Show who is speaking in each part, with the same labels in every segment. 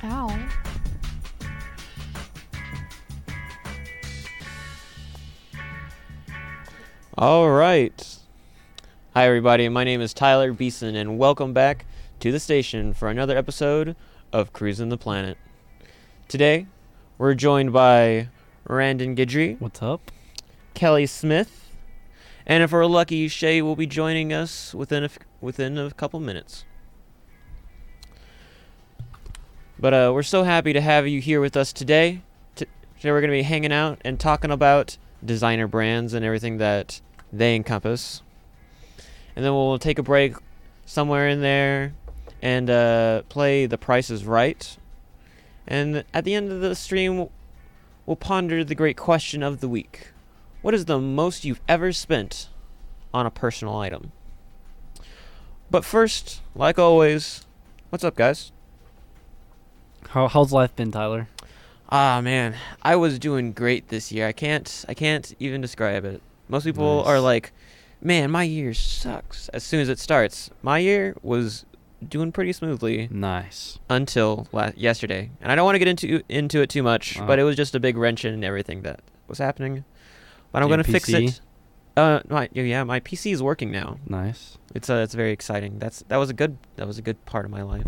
Speaker 1: Ciao.
Speaker 2: All right. Hi, everybody. My name is Tyler Beeson, and welcome back to the station for another episode of Cruising the Planet. Today, we're joined by Randon Guidry,
Speaker 3: What's up?
Speaker 2: Kelly Smith, and if we're lucky, Shay will be joining us within a, f- within a couple minutes. But uh, we're so happy to have you here with us today. T- Today we're going to be hanging out and talking about designer brands and everything that they encompass. And then we'll take a break somewhere in there and uh, play The Price is Right. And at the end of the stream, we'll ponder the great question of the week. What is the most you've ever spent on a personal item? But first, like always, what's up, guys?
Speaker 3: How, how's life been, Tyler?
Speaker 2: Ah, man, I was doing great this year. I can't, I can't even describe it. Most people are
Speaker 3: Nice.
Speaker 2: like, "Man, my year sucks." As soon as it starts, my year was doing pretty smoothly
Speaker 3: Nice.
Speaker 2: until la- yesterday, and I don't want to get into into it too much, but
Speaker 3: Oh.
Speaker 2: it was just a big wrench in everything that was happening. But I'm
Speaker 3: Your
Speaker 2: gonna fix
Speaker 3: PC?
Speaker 2: it. Uh, my yeah, my PC is working now.
Speaker 3: Nice.
Speaker 2: It's uh, it's very exciting. That's that was a good that was a good part of my life.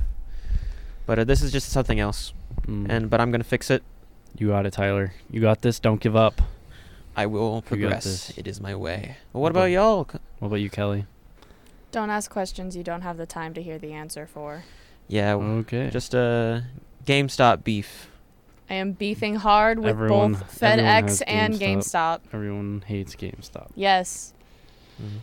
Speaker 2: But uh, this is just something else,
Speaker 3: Mm.
Speaker 2: and but I'm gonna fix it.
Speaker 3: you got it, Tyler. You got this. Don't give up.
Speaker 2: I will
Speaker 3: got
Speaker 2: progress.
Speaker 3: this.
Speaker 2: It is my way. But what
Speaker 3: Okay.
Speaker 2: about y'all? C-
Speaker 3: What about you, Kelly?
Speaker 1: Don't ask questions you don't have the time to hear the answer for.
Speaker 2: Yeah, w-
Speaker 3: Okay.
Speaker 2: just uh, GameStop beef.
Speaker 1: I am beefing hard with
Speaker 3: Everyone-
Speaker 1: both
Speaker 3: everyone has
Speaker 1: FedEx and GameStop.
Speaker 3: everyone hates GameStop.
Speaker 1: Yes,
Speaker 3: Mm-hmm.
Speaker 2: Mhm.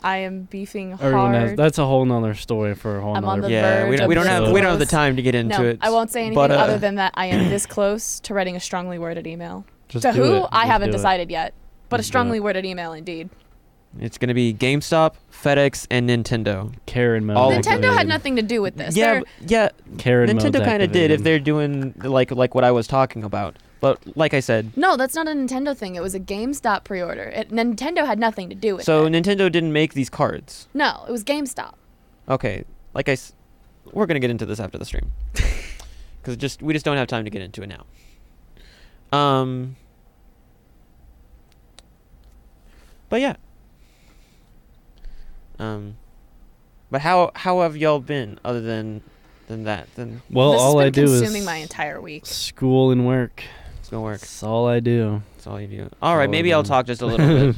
Speaker 1: I am beefing
Speaker 3: Everyone
Speaker 1: hard.
Speaker 3: has. That's a whole nother story for a whole
Speaker 1: I'm on
Speaker 3: nother.
Speaker 1: the
Speaker 2: Yeah, we
Speaker 1: verge
Speaker 2: don't, we
Speaker 3: of
Speaker 2: don't have we don't have the
Speaker 1: close.
Speaker 2: time to get into
Speaker 1: no,
Speaker 2: it.
Speaker 1: I won't say anything
Speaker 2: but, uh,
Speaker 1: other than that I am this close to writing a strongly worded email.
Speaker 3: just
Speaker 1: to
Speaker 3: do
Speaker 1: who?
Speaker 3: it.
Speaker 1: I
Speaker 3: Just
Speaker 1: haven't
Speaker 3: do it.
Speaker 1: decided yet, but a
Speaker 3: Just do it.
Speaker 1: strongly worded email indeed.
Speaker 2: It's gonna be GameStop, FedEx, and Nintendo.
Speaker 3: Karen mode.
Speaker 2: All of them.
Speaker 1: Nintendo had
Speaker 3: activated.
Speaker 1: nothing to do with this.
Speaker 2: Yeah,
Speaker 1: They're-
Speaker 2: b- yeah.
Speaker 3: Karen mode's
Speaker 2: Nintendo kind of did if
Speaker 3: activated.
Speaker 2: they're doing like like what I was talking about. But like I said,
Speaker 1: no, that's not a Nintendo thing. It was a GameStop pre-order. It, Nintendo had nothing to do with
Speaker 2: so
Speaker 1: it.
Speaker 2: Nintendo didn't make these cards.
Speaker 1: No, it was GameStop.
Speaker 2: Okay, like I, s- we're gonna get into this after the stream, because just we just don't have time to get into it now. Um. But yeah. Um. But how how have y'all been other than than that than
Speaker 3: Well,
Speaker 1: this
Speaker 3: all
Speaker 1: has
Speaker 3: I
Speaker 1: been
Speaker 3: do
Speaker 1: consuming
Speaker 3: is
Speaker 1: my entire week.
Speaker 3: school and work.
Speaker 2: it's gonna work?
Speaker 3: That's all I do.
Speaker 2: That's all you do. All right,
Speaker 3: all I
Speaker 2: maybe I'll
Speaker 3: do.
Speaker 2: talk just a little bit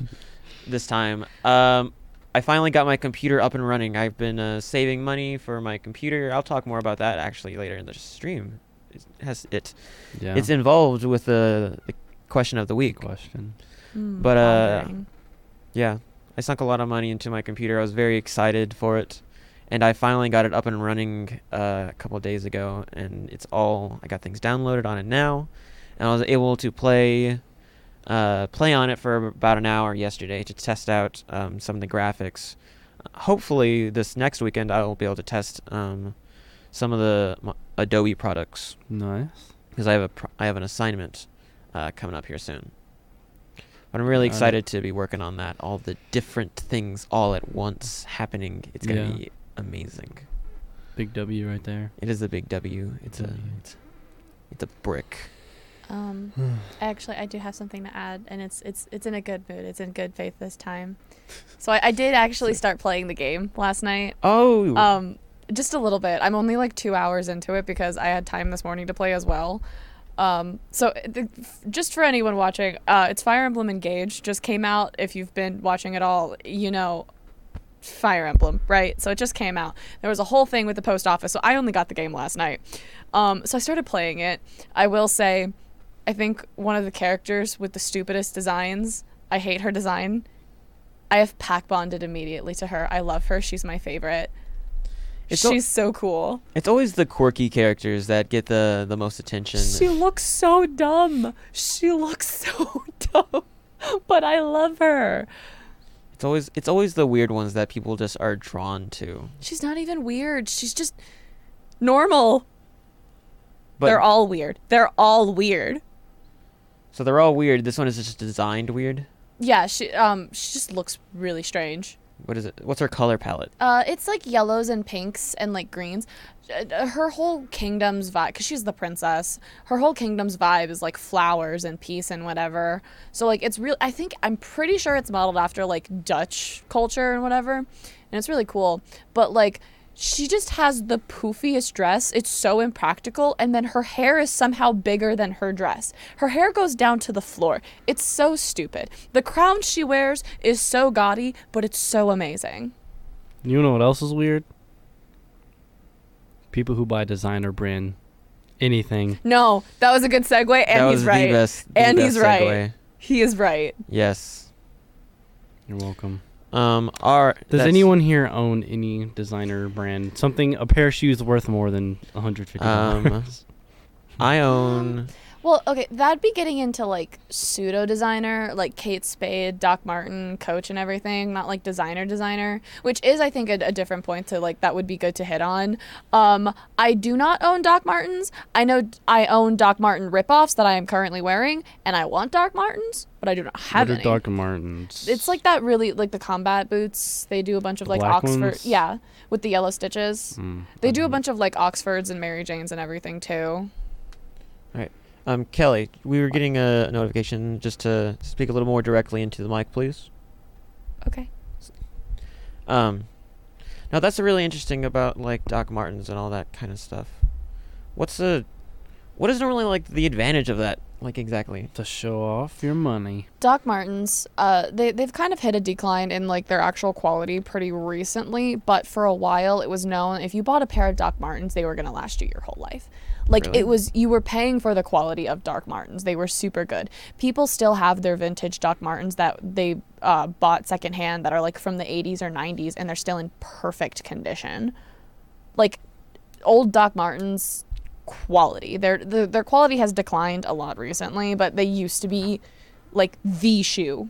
Speaker 2: this time. Um, I finally got my computer up and running. I've been uh, saving money for my computer. I'll talk more about that actually later in the stream. It has it.
Speaker 3: Yeah.
Speaker 2: It's involved with the, the question of the week.
Speaker 3: question.
Speaker 1: Mm,
Speaker 2: But, uh,
Speaker 1: pondering.
Speaker 2: Yeah, I sunk a lot of money into my computer. I was very excited for it, and I finally got it up and running uh, a couple of days ago. And it's all I got things downloaded on it now, and I was able to play uh, play on it for about an hour yesterday to test out um, some of the graphics. Hopefully, this next weekend I will be able to test um, some of the mo- Adobe products
Speaker 3: Nice.
Speaker 2: because I have a pr- I have an assignment uh, coming up here soon. But I'm really
Speaker 3: Got it.
Speaker 2: excited to be working on that. All the different things all at once happening. It's gonna
Speaker 3: Yeah.
Speaker 2: be amazing.
Speaker 3: Big W right there.
Speaker 2: It is a big W. It's a
Speaker 3: W.
Speaker 2: it's, it's a brick.
Speaker 1: Um, actually, I do have something to add, and it's it's it's in a good mood. It's in good faith this time. So I, I did actually start playing the game last night.
Speaker 2: Oh,
Speaker 1: Um, just a little bit. I'm only like two hours into it because I had time this morning to play as well. Um, so the, just for anyone watching, uh, it's Fire Emblem Engage. Just came out. If you've been watching at all, you know. Fire Emblem, right? So it just came out. There was a whole thing with the post office. So I only got the game last night. Um, so I started playing it. I will say, I think one of the characters with the stupidest designs. I hate her design. I have pack bonded immediately to her. I love her. She's my favorite.
Speaker 2: It's al-
Speaker 1: She's so cool.
Speaker 2: it's always the quirky characters that get the the most attention.
Speaker 1: She looks so dumb. She looks so dumb. But I love her.
Speaker 2: It's always it's always the weird ones that people just are drawn to.
Speaker 1: She's not even weird. She's just normal.
Speaker 2: But
Speaker 1: They're all weird. They're all weird.
Speaker 2: so they're all weird. This one is just designed weird.
Speaker 1: Yeah, she um she just looks really strange.
Speaker 2: What is it? What's her color palette?
Speaker 1: Uh, it's like yellows and pinks and like greens. Uh, Her whole kingdom's vibe, because she's the princess. Her whole kingdom's vibe is like flowers and peace and whatever. So like it's real. I think I'm pretty sure it's modeled after like Dutch culture and whatever, and it's really cool. But like. She just has the poofiest dress. It's so impractical. And then her hair is somehow bigger than her dress. Her hair goes down to the floor. It's so stupid. The crown she wears is so gaudy, but it's so amazing.
Speaker 3: You know what else is weird? People who buy designer brand anything.
Speaker 1: No, that was a good segue, and
Speaker 2: that
Speaker 1: he's
Speaker 2: was
Speaker 1: right.
Speaker 2: the best. the
Speaker 1: And
Speaker 2: best
Speaker 1: he's right.
Speaker 2: segue.
Speaker 1: He is right.
Speaker 2: Yes.
Speaker 3: You're welcome.
Speaker 2: Um. Are
Speaker 3: Does
Speaker 2: that's-
Speaker 3: anyone here own any designer brand? Something a pair of shoes worth more than 150
Speaker 2: Um,
Speaker 3: dollars.
Speaker 2: I own.
Speaker 1: Well, okay, that'd be getting into like pseudo designer, like Kate Spade, Doc Martin, Coach, and everything, not like designer designer, which is, I think, a, a different point to like that would be good to hit on. Um, I do not own Doc Martens. I know d- I own Doc Martin ripoffs that I am currently wearing, and I want Doc Martens, but I do not have
Speaker 3: what are
Speaker 1: any.
Speaker 3: Doc Martens?
Speaker 1: it's like that really like the combat boots. They do a bunch of
Speaker 3: The
Speaker 1: like
Speaker 3: black
Speaker 1: Oxford,
Speaker 3: ones?
Speaker 1: yeah, with the yellow stitches.
Speaker 3: Mm,
Speaker 1: They
Speaker 3: I
Speaker 1: do a
Speaker 3: don't know.
Speaker 1: bunch of like Oxfords and Mary Janes and everything too.
Speaker 2: Um, Kelly, we were getting a notification just to speak a little more directly into the mic, please.
Speaker 1: Okay.
Speaker 2: Um, now that's really interesting about like Doc Martens and all that kind of stuff. What's the, what is normally like the advantage of that? Like exactly.
Speaker 3: to show off your money.
Speaker 1: Doc Martens, uh, they they've kind of hit a decline in like their actual quality pretty recently, but for a while it was known if you bought a pair of Doc Martens, they were gonna last you your whole life. Like
Speaker 2: Really?
Speaker 1: it was you were paying for the quality of Doc Martens. They were super good. People still have their vintage Doc Martens that they uh, bought secondhand that are like from the 80s or 90s, and they're still in perfect condition. Like old Doc Martens quality. Their the, their quality has declined a lot recently, but they used to be like the shoe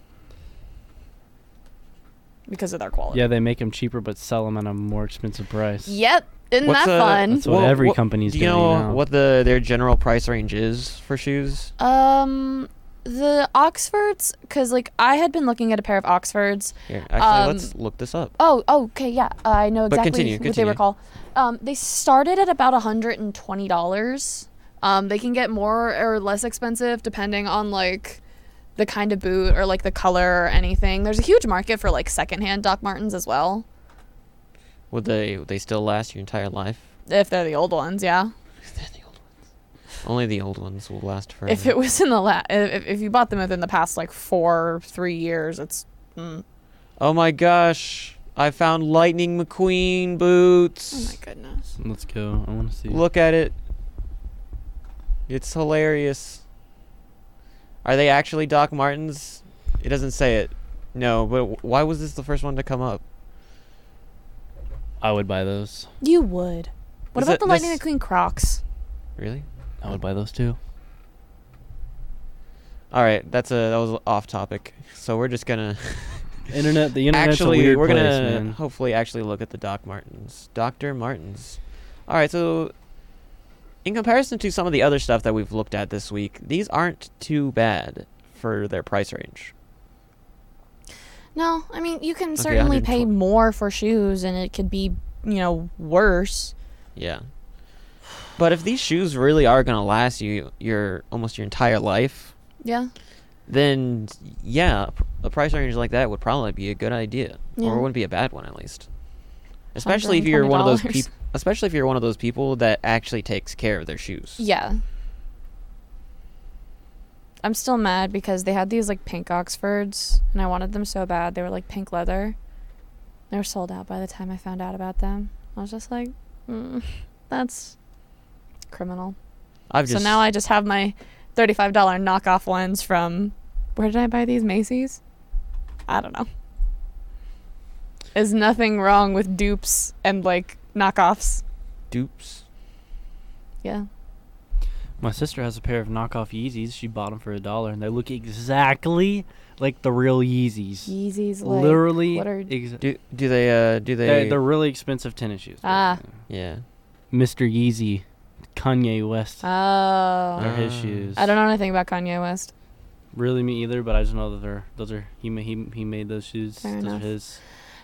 Speaker 1: because of their quality.
Speaker 3: Yeah, they make them cheaper, but sell them at a more expensive price.
Speaker 1: Yep. Isn't
Speaker 2: What's
Speaker 1: that
Speaker 2: a-
Speaker 1: fun?
Speaker 3: That's what
Speaker 2: Well,
Speaker 3: every
Speaker 2: what-
Speaker 3: company's
Speaker 2: Do you
Speaker 3: doing
Speaker 2: know
Speaker 3: now.
Speaker 2: what the their general price range is for shoes?
Speaker 1: Um, the Oxfords, because like I had been looking at a pair of Oxfords.
Speaker 2: Here, actually,
Speaker 1: Um,
Speaker 2: let's look this up.
Speaker 1: Oh, oh, okay, yeah, I know
Speaker 2: But
Speaker 1: exactly
Speaker 2: continue,
Speaker 1: what they
Speaker 2: continue.
Speaker 1: were called. Um, they started at about hundred and twenty dollars. Um, they can get more or less expensive depending on like the kind of boot or like the color or anything. There's a huge market for like secondhand Doc Martens as well,
Speaker 2: Would they would they still last your entire life?
Speaker 1: if they're the old ones. Yeah,
Speaker 2: They're the old ones. Only the old ones will last forever.
Speaker 1: if it was in the la- if, if you bought them within the past like four three years, it's mm,
Speaker 2: oh my gosh! I found Lightning McQueen
Speaker 1: oh my
Speaker 2: boots.
Speaker 1: goodness.
Speaker 3: Let's go. I want to see.
Speaker 2: Look at it. It's hilarious. Are they actually Doc Martens? It doesn't say it. No, but w- why was this the first one to come up?
Speaker 3: I would buy those.
Speaker 1: You would. What
Speaker 2: Is
Speaker 1: about
Speaker 2: it
Speaker 1: the Lightning
Speaker 2: this-
Speaker 1: McQueen Crocs?
Speaker 2: Really?
Speaker 3: I would buy those too.
Speaker 2: All right, that's a that was off topic. So we're just gonna
Speaker 3: Internet. The internet's a
Speaker 2: actually
Speaker 3: weird
Speaker 2: we're
Speaker 3: place,
Speaker 2: gonna
Speaker 3: man.
Speaker 2: hopefully actually look at the Doc Martens, Doctor Martens. All right, so in comparison to some of the other stuff that we've looked at this week, these aren't too bad for their price range.
Speaker 1: No, I mean you can
Speaker 2: Okay,
Speaker 1: certainly pay
Speaker 2: 120.
Speaker 1: more for shoes, and it could be you know worse.
Speaker 2: Yeah. But if these shoes really are gonna last you your almost your entire life,
Speaker 1: Yeah.
Speaker 2: then yeah, p- a price range like that would probably be a good idea,
Speaker 1: Yeah.
Speaker 2: or it wouldn't be a bad one at least. Especially if you're one of those
Speaker 1: $120.
Speaker 2: people. Especially if you're one of those people that actually takes care of their shoes.
Speaker 1: Yeah. I'm still mad because they had these like pink Oxfords, and I wanted them so bad. They were like pink leather. They were sold out by the time I found out about them. I was just like, mm, that's criminal.
Speaker 2: I've just
Speaker 1: so now I just have my $35 knockoff ones from where did I buy these? Macy's? I don't know. There's nothing wrong with dupes and like knockoffs.
Speaker 2: dupes.
Speaker 1: Yeah.
Speaker 3: My sister has a pair of knockoff Yeezys. She bought them for a dollar, and they look exactly like the real Yeezys.
Speaker 1: Yeezys, like,
Speaker 3: Literally,
Speaker 1: what are-
Speaker 3: ex-
Speaker 2: Do do they? Uh, do
Speaker 3: they're,
Speaker 2: they?
Speaker 3: they're really expensive tennis shoes.
Speaker 1: Ah.
Speaker 3: basically.
Speaker 2: yeah.
Speaker 3: Mr. Yeezy, Kanye West.
Speaker 1: Oh.
Speaker 3: They're his
Speaker 2: Ah.
Speaker 3: shoes.
Speaker 1: I don't know anything about Kanye West.
Speaker 3: Really, me either. But I just know that they're those are he ma- he he made those shoes.
Speaker 1: Fair
Speaker 3: those
Speaker 1: enough.
Speaker 3: are his.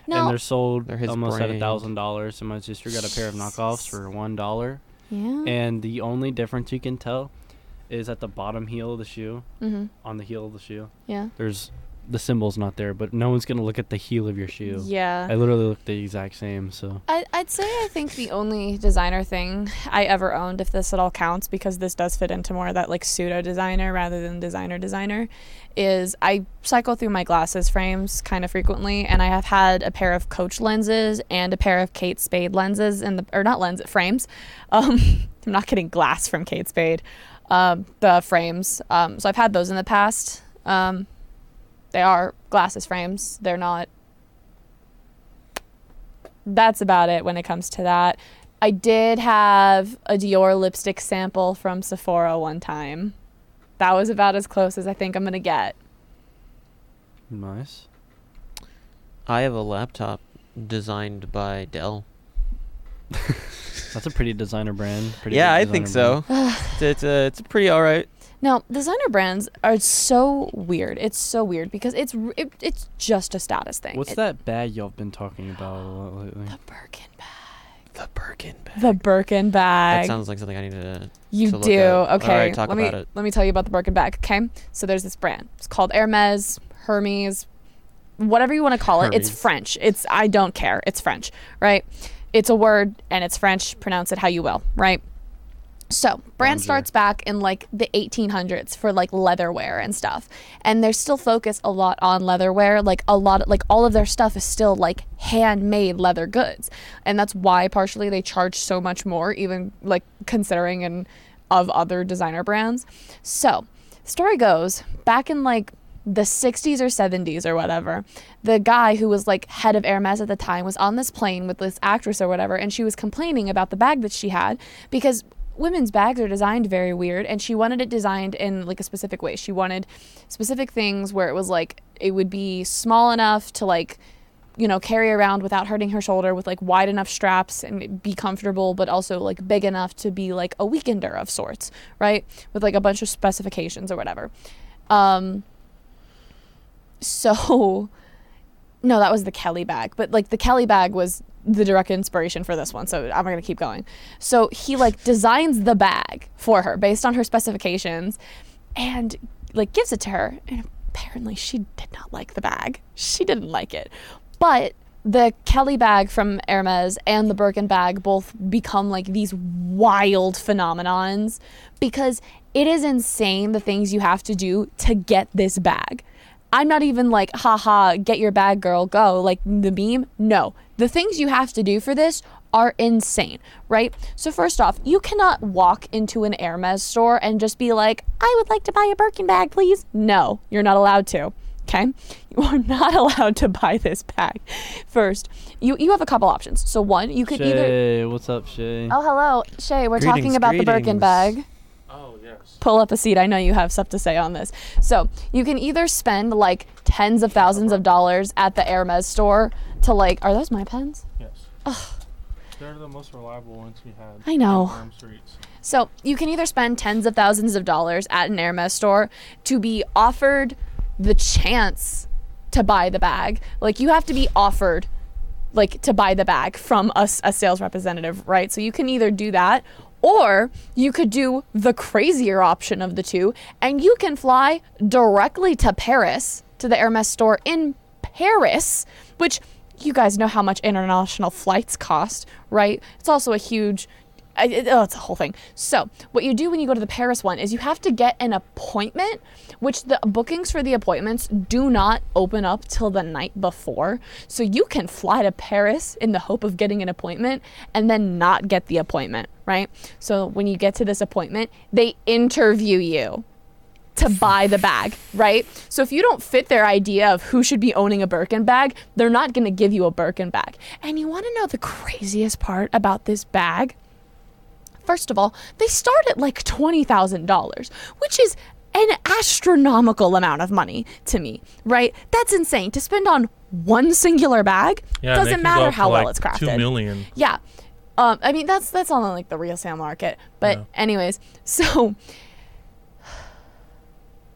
Speaker 1: No.
Speaker 3: and they're sold
Speaker 2: They're his
Speaker 3: almost at a
Speaker 2: brand.
Speaker 3: thousand dollars. And my sister got a pair of knockoffs for one dollar.
Speaker 1: yeah.
Speaker 3: And the only difference you can tell is at the bottom heel of the shoe,
Speaker 1: Mm-hmm.
Speaker 3: on the heel of the shoe.
Speaker 1: Yeah.
Speaker 3: There's the symbol's not there, but no one's gonna look at the heel of your shoe.
Speaker 1: Yeah.
Speaker 3: I literally look the exact same. So
Speaker 1: I, I'd say I think the only designer thing I ever owned, if this at all counts, because this does fit into more of that like pseudo designer rather than designer designer, is I cycle through my glasses frames kind of frequently, and I have had a pair of Coach lenses and a pair of Kate Spade lenses in the or not lens frames. Um, I'm not getting glass from Kate Spade, um, the frames. Um, so I've had those in the past. Um, they are glasses frames. They're not that's about it when it comes to that. I did have a Dior lipstick sample from Sephora one time. That was about as close as I think I'm gonna get.
Speaker 3: nice.
Speaker 2: I have a laptop designed by Dell.
Speaker 3: That's a pretty designer brand. Pretty
Speaker 2: yeah, I
Speaker 3: big
Speaker 2: think
Speaker 3: designer
Speaker 2: so. it's, it's, uh, it's pretty all right.
Speaker 1: Now, designer brands are so weird. It's so weird because it's r- it, it's just a status thing.
Speaker 3: brand. What's
Speaker 1: It- Uh,
Speaker 3: that bag y'all been talking about a lot lately?
Speaker 1: The Birkin bag.
Speaker 2: The Birkin bag.
Speaker 1: The Birkin bag.
Speaker 2: That sounds like something I need to.
Speaker 1: You
Speaker 2: to look
Speaker 1: do.
Speaker 2: up. All
Speaker 1: Okay.
Speaker 2: right, talk
Speaker 1: let me
Speaker 2: about it.
Speaker 1: let me tell you about the Birkin bag. Okay. So there's this brand. It's called Hermes, Hermes, whatever you want to call it. It's
Speaker 3: Hermes.
Speaker 1: French. It's I don't care. It's French, right? It's a word and it's French. Pronounce it how you will, right? So, brand
Speaker 3: Bonjour.
Speaker 1: starts back in like the 1800s for like leatherware and stuff. And they're still focused a lot on leatherware. Like a lot like all of their stuff is still like handmade leather goods. And that's why partially they charge so much more even like considering and of other designer brands. So, story goes back in like the 60s or 70s or whatever the guy who was like head of hermes at the time was on this plane with this actress or whatever and she was complaining about the bag that she had because women's bags are designed very weird and she wanted it designed in like a specific way she wanted specific things where it was like it would be small enough to like you know, carry around without hurting her shoulder with like wide enough straps and be comfortable, but also like big enough to be like a weekender of sorts, right? With like a bunch of specifications or whatever. Um, so, no, that was the Kelly bag, but like the Kelly bag was the direct inspiration for this one. So I'm going to keep going. So he like designs the bag for her based on her specifications and like gives it to her. And apparently she did not like the bag. She didn't like it. But the Kelly bag from Hermes and the Birkin bag both become like these wild phenomenons because it is insane the things you have to do to get this bag. I'm not even like, haha, get your bag, girl, go, like the meme. No, the things you have to do for this are insane, right? So, first off, you cannot walk into an Hermes store and just be like, I would like to buy a Birkin bag, please. No, you're not allowed to. Okay? You are not allowed to buy this bag. First, you you have a couple options. So one, you could either
Speaker 3: Shay, what's up, Shay?
Speaker 1: Oh, hello. Shay, we're talking
Speaker 2: Greetings,
Speaker 1: about the Birkin
Speaker 2: greetings.
Speaker 1: bag
Speaker 4: Oh yes.
Speaker 1: pull up a seat. I know you have stuff to say on this. So you can either spend like tens of thousands of dollars at the Hermes store to like, are those my pens?
Speaker 4: Yes. They're the most reliable ones we had.
Speaker 1: I know.
Speaker 4: on Farm Streets.
Speaker 1: So you can either spend tens of thousands of dollars at an Hermes store to be offered the chance to buy the bag. Like you have to be offered like to buy the bag from a, s- a sales representative, right? So you can either do that or you could do the crazier option of the two and you can fly directly to Paris to the Hermes store in Paris, which you guys know how much international flights cost, right? It's also a huge I, it- oh, it's a whole thing. So, what you do when you go to the Paris one is you have to get an appointment, which the bookings for the appointments do not open up till the night before. So, you can fly to Paris in the hope of getting an appointment and then not get the appointment, right? So, when you get to this appointment, they interview you to buy the bag, right? So if you don't fit their idea of who should be owning a Birkin bag, they're not going to give you a Birkin bag. And you want to know the craziest part about this bag? First of all, they start at like $20,000, which is an astronomical amount of money to me, right? That's insane to spend on one singular bag. doesn't matter how well it's crafted.
Speaker 4: Two million.
Speaker 1: Yeah. Um, I mean that's that's on like the resale market. But
Speaker 4: Yeah.
Speaker 1: anyways, so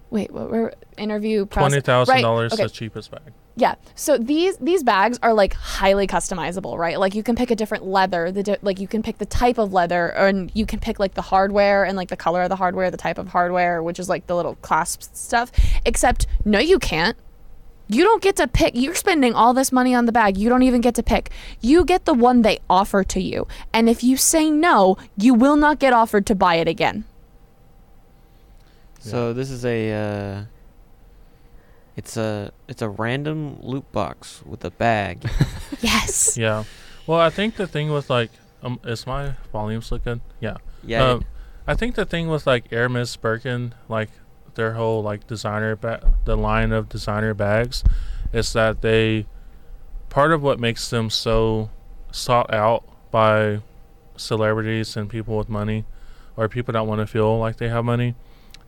Speaker 1: wait, what were interview process-
Speaker 4: Twenty thousand
Speaker 1: right,
Speaker 4: dollars.
Speaker 1: okay.
Speaker 4: The cheapest bag.
Speaker 1: Yeah. So these these bags are like highly customizable, right? Like you can pick a different leather, the di- like you can pick the type of leather, and you can pick like the hardware and like the color of the hardware, the type of hardware, which is like the little clasp stuff. Except no, you can't. You don't get to pick. You're spending all this money on the bag. You don't even get to pick. You get the one they offer to you, and if you say no, you will not get offered to buy it again.
Speaker 2: So this is a uh, it's a it's a random loot box with a bag.
Speaker 1: Yes.
Speaker 4: Yeah. Well, I think the thing with like, um, is my volume still good? Yeah.
Speaker 2: yeah.
Speaker 4: Um, I think the thing with like Aramis Birkin, like their whole like designer ba- the line of designer bags, is that they part of what makes them so sought out by celebrities and people with money, or people that want to feel like they have money,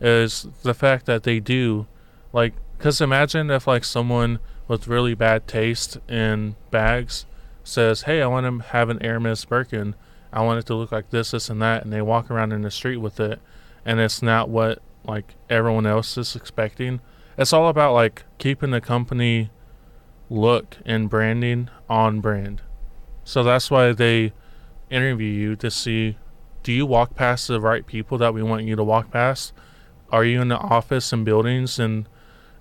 Speaker 4: is the fact that they do, like, because imagine if like someone with really bad taste in bags says, "Hey, I want to have an Aramis Birkin." I want it to look like this, this, and that, and they walk around in the street with it, and it's not what like everyone else is expecting. It's all about like keeping the company look and branding on brand. So that's why they interview you to see do you walk past the right people that we want you to walk past? Are you in the office and buildings and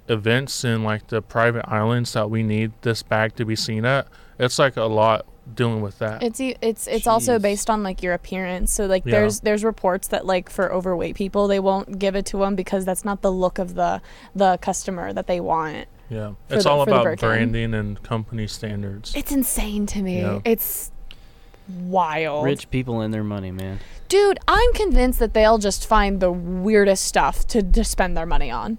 Speaker 4: events and like the private islands that we need this bag to be seen at? It's like a lot dealing with that.
Speaker 1: It's e- it's it's also
Speaker 3: Jeez.
Speaker 1: based on like your appearance. So like
Speaker 4: Yeah.
Speaker 1: there's there's reports that like for overweight people they won't give it to them because that's not the look of the the customer that they want.
Speaker 4: Yeah,
Speaker 1: for
Speaker 4: it's
Speaker 1: the-
Speaker 4: all
Speaker 1: for the
Speaker 4: about
Speaker 1: Birkin.
Speaker 4: branding and company standards.
Speaker 1: It's insane to me.
Speaker 4: Yeah.
Speaker 1: It's wild.
Speaker 3: Rich people and their money, man.
Speaker 1: Dude, I'm convinced that they'll just find the weirdest stuff to, to spend their money on.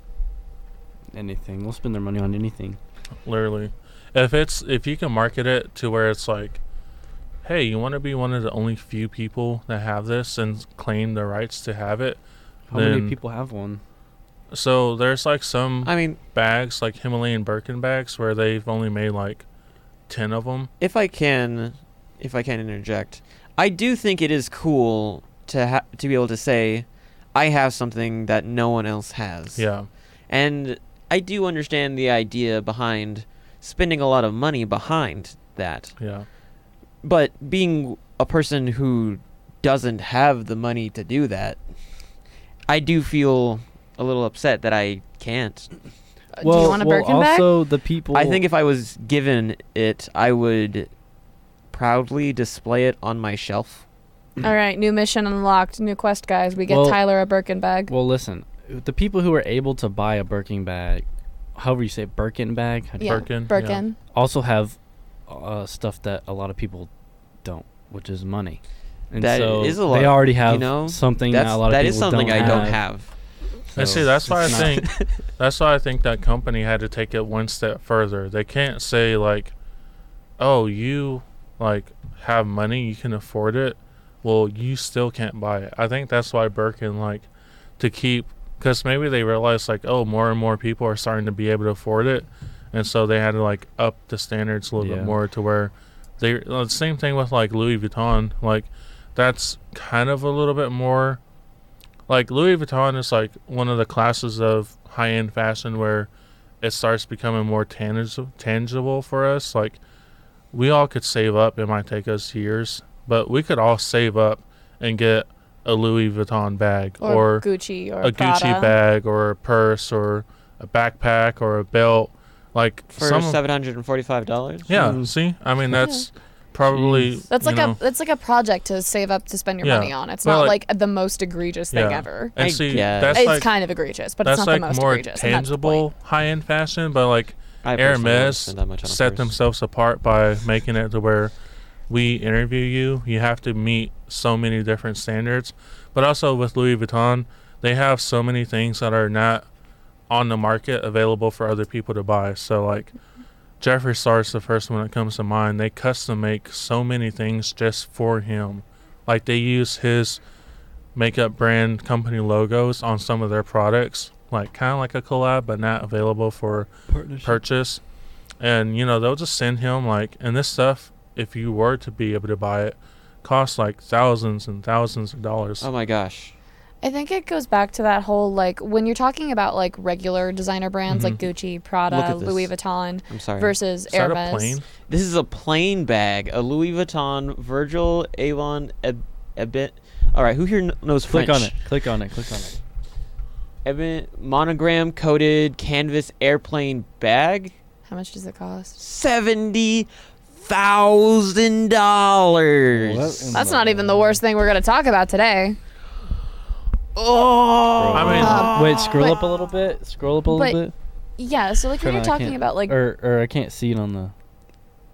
Speaker 3: Anything. They'll spend their money on anything.
Speaker 4: Literally, if it's if you can market it to where it's like, hey, you want to be one of the only few people that have this and claim the rights to have it.
Speaker 3: How
Speaker 4: Then-
Speaker 3: many people have one?
Speaker 4: So there's like some
Speaker 2: I mean,
Speaker 4: bags, like Himalayan Birkin bags, where they've only made like ten of them.
Speaker 2: if I can, if I can interject, I do think it is cool to ha- to be able to say, I have something that no one else has.
Speaker 4: Yeah,
Speaker 2: And I do understand the idea behind spending a lot of money behind that.
Speaker 4: yeah,
Speaker 2: But being a person who doesn't have the money to do that, I do feel a little upset that I can't.
Speaker 1: Uh, Do you want a Birkin bag?
Speaker 3: also the people.
Speaker 2: I think if I was given it, I would proudly display it on my shelf.
Speaker 1: All right, new mission unlocked, new quest, guys. We get
Speaker 3: Well-
Speaker 1: Tyler a Birkin bag.
Speaker 3: Well, listen. The people who are able to buy a Birkin bag, however you say it, Birkin bag, how do you-
Speaker 1: Yeah,
Speaker 4: Birkin, yeah.
Speaker 1: Birkin.
Speaker 3: also have uh, stuff that a lot of people don't, which is money. And
Speaker 2: That
Speaker 3: so
Speaker 2: is a lot,
Speaker 3: They already have
Speaker 2: know?
Speaker 3: something that
Speaker 2: That's,
Speaker 3: a lot of
Speaker 2: that
Speaker 3: people
Speaker 2: is something
Speaker 3: don't
Speaker 2: I don't
Speaker 3: have.
Speaker 2: have.
Speaker 4: I see. That's why I
Speaker 3: it's
Speaker 4: think that's why I think that company had to take it one step further. They can't say like, "Oh, you like have money, you can afford it." Well, you still can't buy it. I think that's why Birkin like to keep because maybe they realized like, oh, more and more people are starting to be able to afford it, and so they had to like up the standards a little
Speaker 3: Yeah.
Speaker 4: bit more to where they uh, same thing with like Louis Vuitton like that's kind of a little bit more like Louis Vuitton is like one of the classes of high end fashion where it starts becoming more tangis- tangible for us. Like we all could save up. It might take us years, but we could all save up and get a Louis Vuitton bag
Speaker 1: Or,
Speaker 4: or,
Speaker 1: Gucci or
Speaker 4: a Gucci
Speaker 1: Prada.
Speaker 4: bag or a purse or a backpack or a belt. Like
Speaker 2: For
Speaker 4: some,
Speaker 2: $745?
Speaker 4: yeah.
Speaker 3: Mm.
Speaker 4: See, I mean that's probably
Speaker 3: Jeez.
Speaker 1: That's
Speaker 4: you
Speaker 1: like
Speaker 4: know,
Speaker 1: a that's like a project to save up to spend your
Speaker 4: Yeah.
Speaker 1: money on. It's
Speaker 4: Well,
Speaker 1: not
Speaker 4: like-
Speaker 1: like, the most egregious thing
Speaker 4: Yeah.
Speaker 1: ever.
Speaker 4: and
Speaker 2: I
Speaker 4: see
Speaker 2: guess.
Speaker 4: that's
Speaker 1: it's
Speaker 4: like
Speaker 1: kind of egregious, but it's
Speaker 4: that's
Speaker 1: not
Speaker 4: like
Speaker 1: the most
Speaker 4: more
Speaker 1: egregious. and that's the point.
Speaker 4: tangible high end fashion, but like
Speaker 2: I
Speaker 4: Aramis
Speaker 2: personally don't spend that much on a
Speaker 4: set
Speaker 2: purse.
Speaker 4: themselves apart by making it to where we interview you. You have to meet so many different standards. But also with Louis Vuitton, they have so many things that are not on the market available for other people to buy. So like Jeffree Star's the first one that comes to mind. They custom make so many things just for him. Like they use his makeup brand company logos on some of their products. Like kind of like a collab, but not available for purchase and you know they'll just send him like and this stuff if you
Speaker 3: Oh,
Speaker 4: were to be able to buy it costs like thousands and thousands of dollars
Speaker 2: Oh my gosh.
Speaker 1: I think it goes back to that whole like when you're talking about like regular designer brands
Speaker 4: Mm-hmm.
Speaker 1: like Gucci, Prada,
Speaker 2: at this.
Speaker 1: Louis Vuitton
Speaker 2: I'm sorry.
Speaker 1: versus
Speaker 4: Is that
Speaker 1: Hermes.
Speaker 4: a plane?
Speaker 2: This is a plain bag, a Louis Vuitton, Virgil, Avon, Eb- Ebit. All right, who here kn- knows French?
Speaker 3: Click on it. Click on it. Click on it.
Speaker 2: Ebon, monogram coated canvas airplane bag,
Speaker 1: How much does it cost?
Speaker 2: seventy thousand dollars.
Speaker 3: What
Speaker 1: That's not even the worst thing we're gonna talk about today.
Speaker 2: Oh,
Speaker 4: I mean-
Speaker 1: Um,
Speaker 3: wait, scroll
Speaker 1: but-
Speaker 3: up a little bit. Scroll up a little
Speaker 1: but-
Speaker 3: bit.
Speaker 1: Yeah, so like when
Speaker 3: Try
Speaker 1: you're
Speaker 3: to- I
Speaker 1: talking
Speaker 3: can't-
Speaker 1: about like
Speaker 3: or or I can't see it on the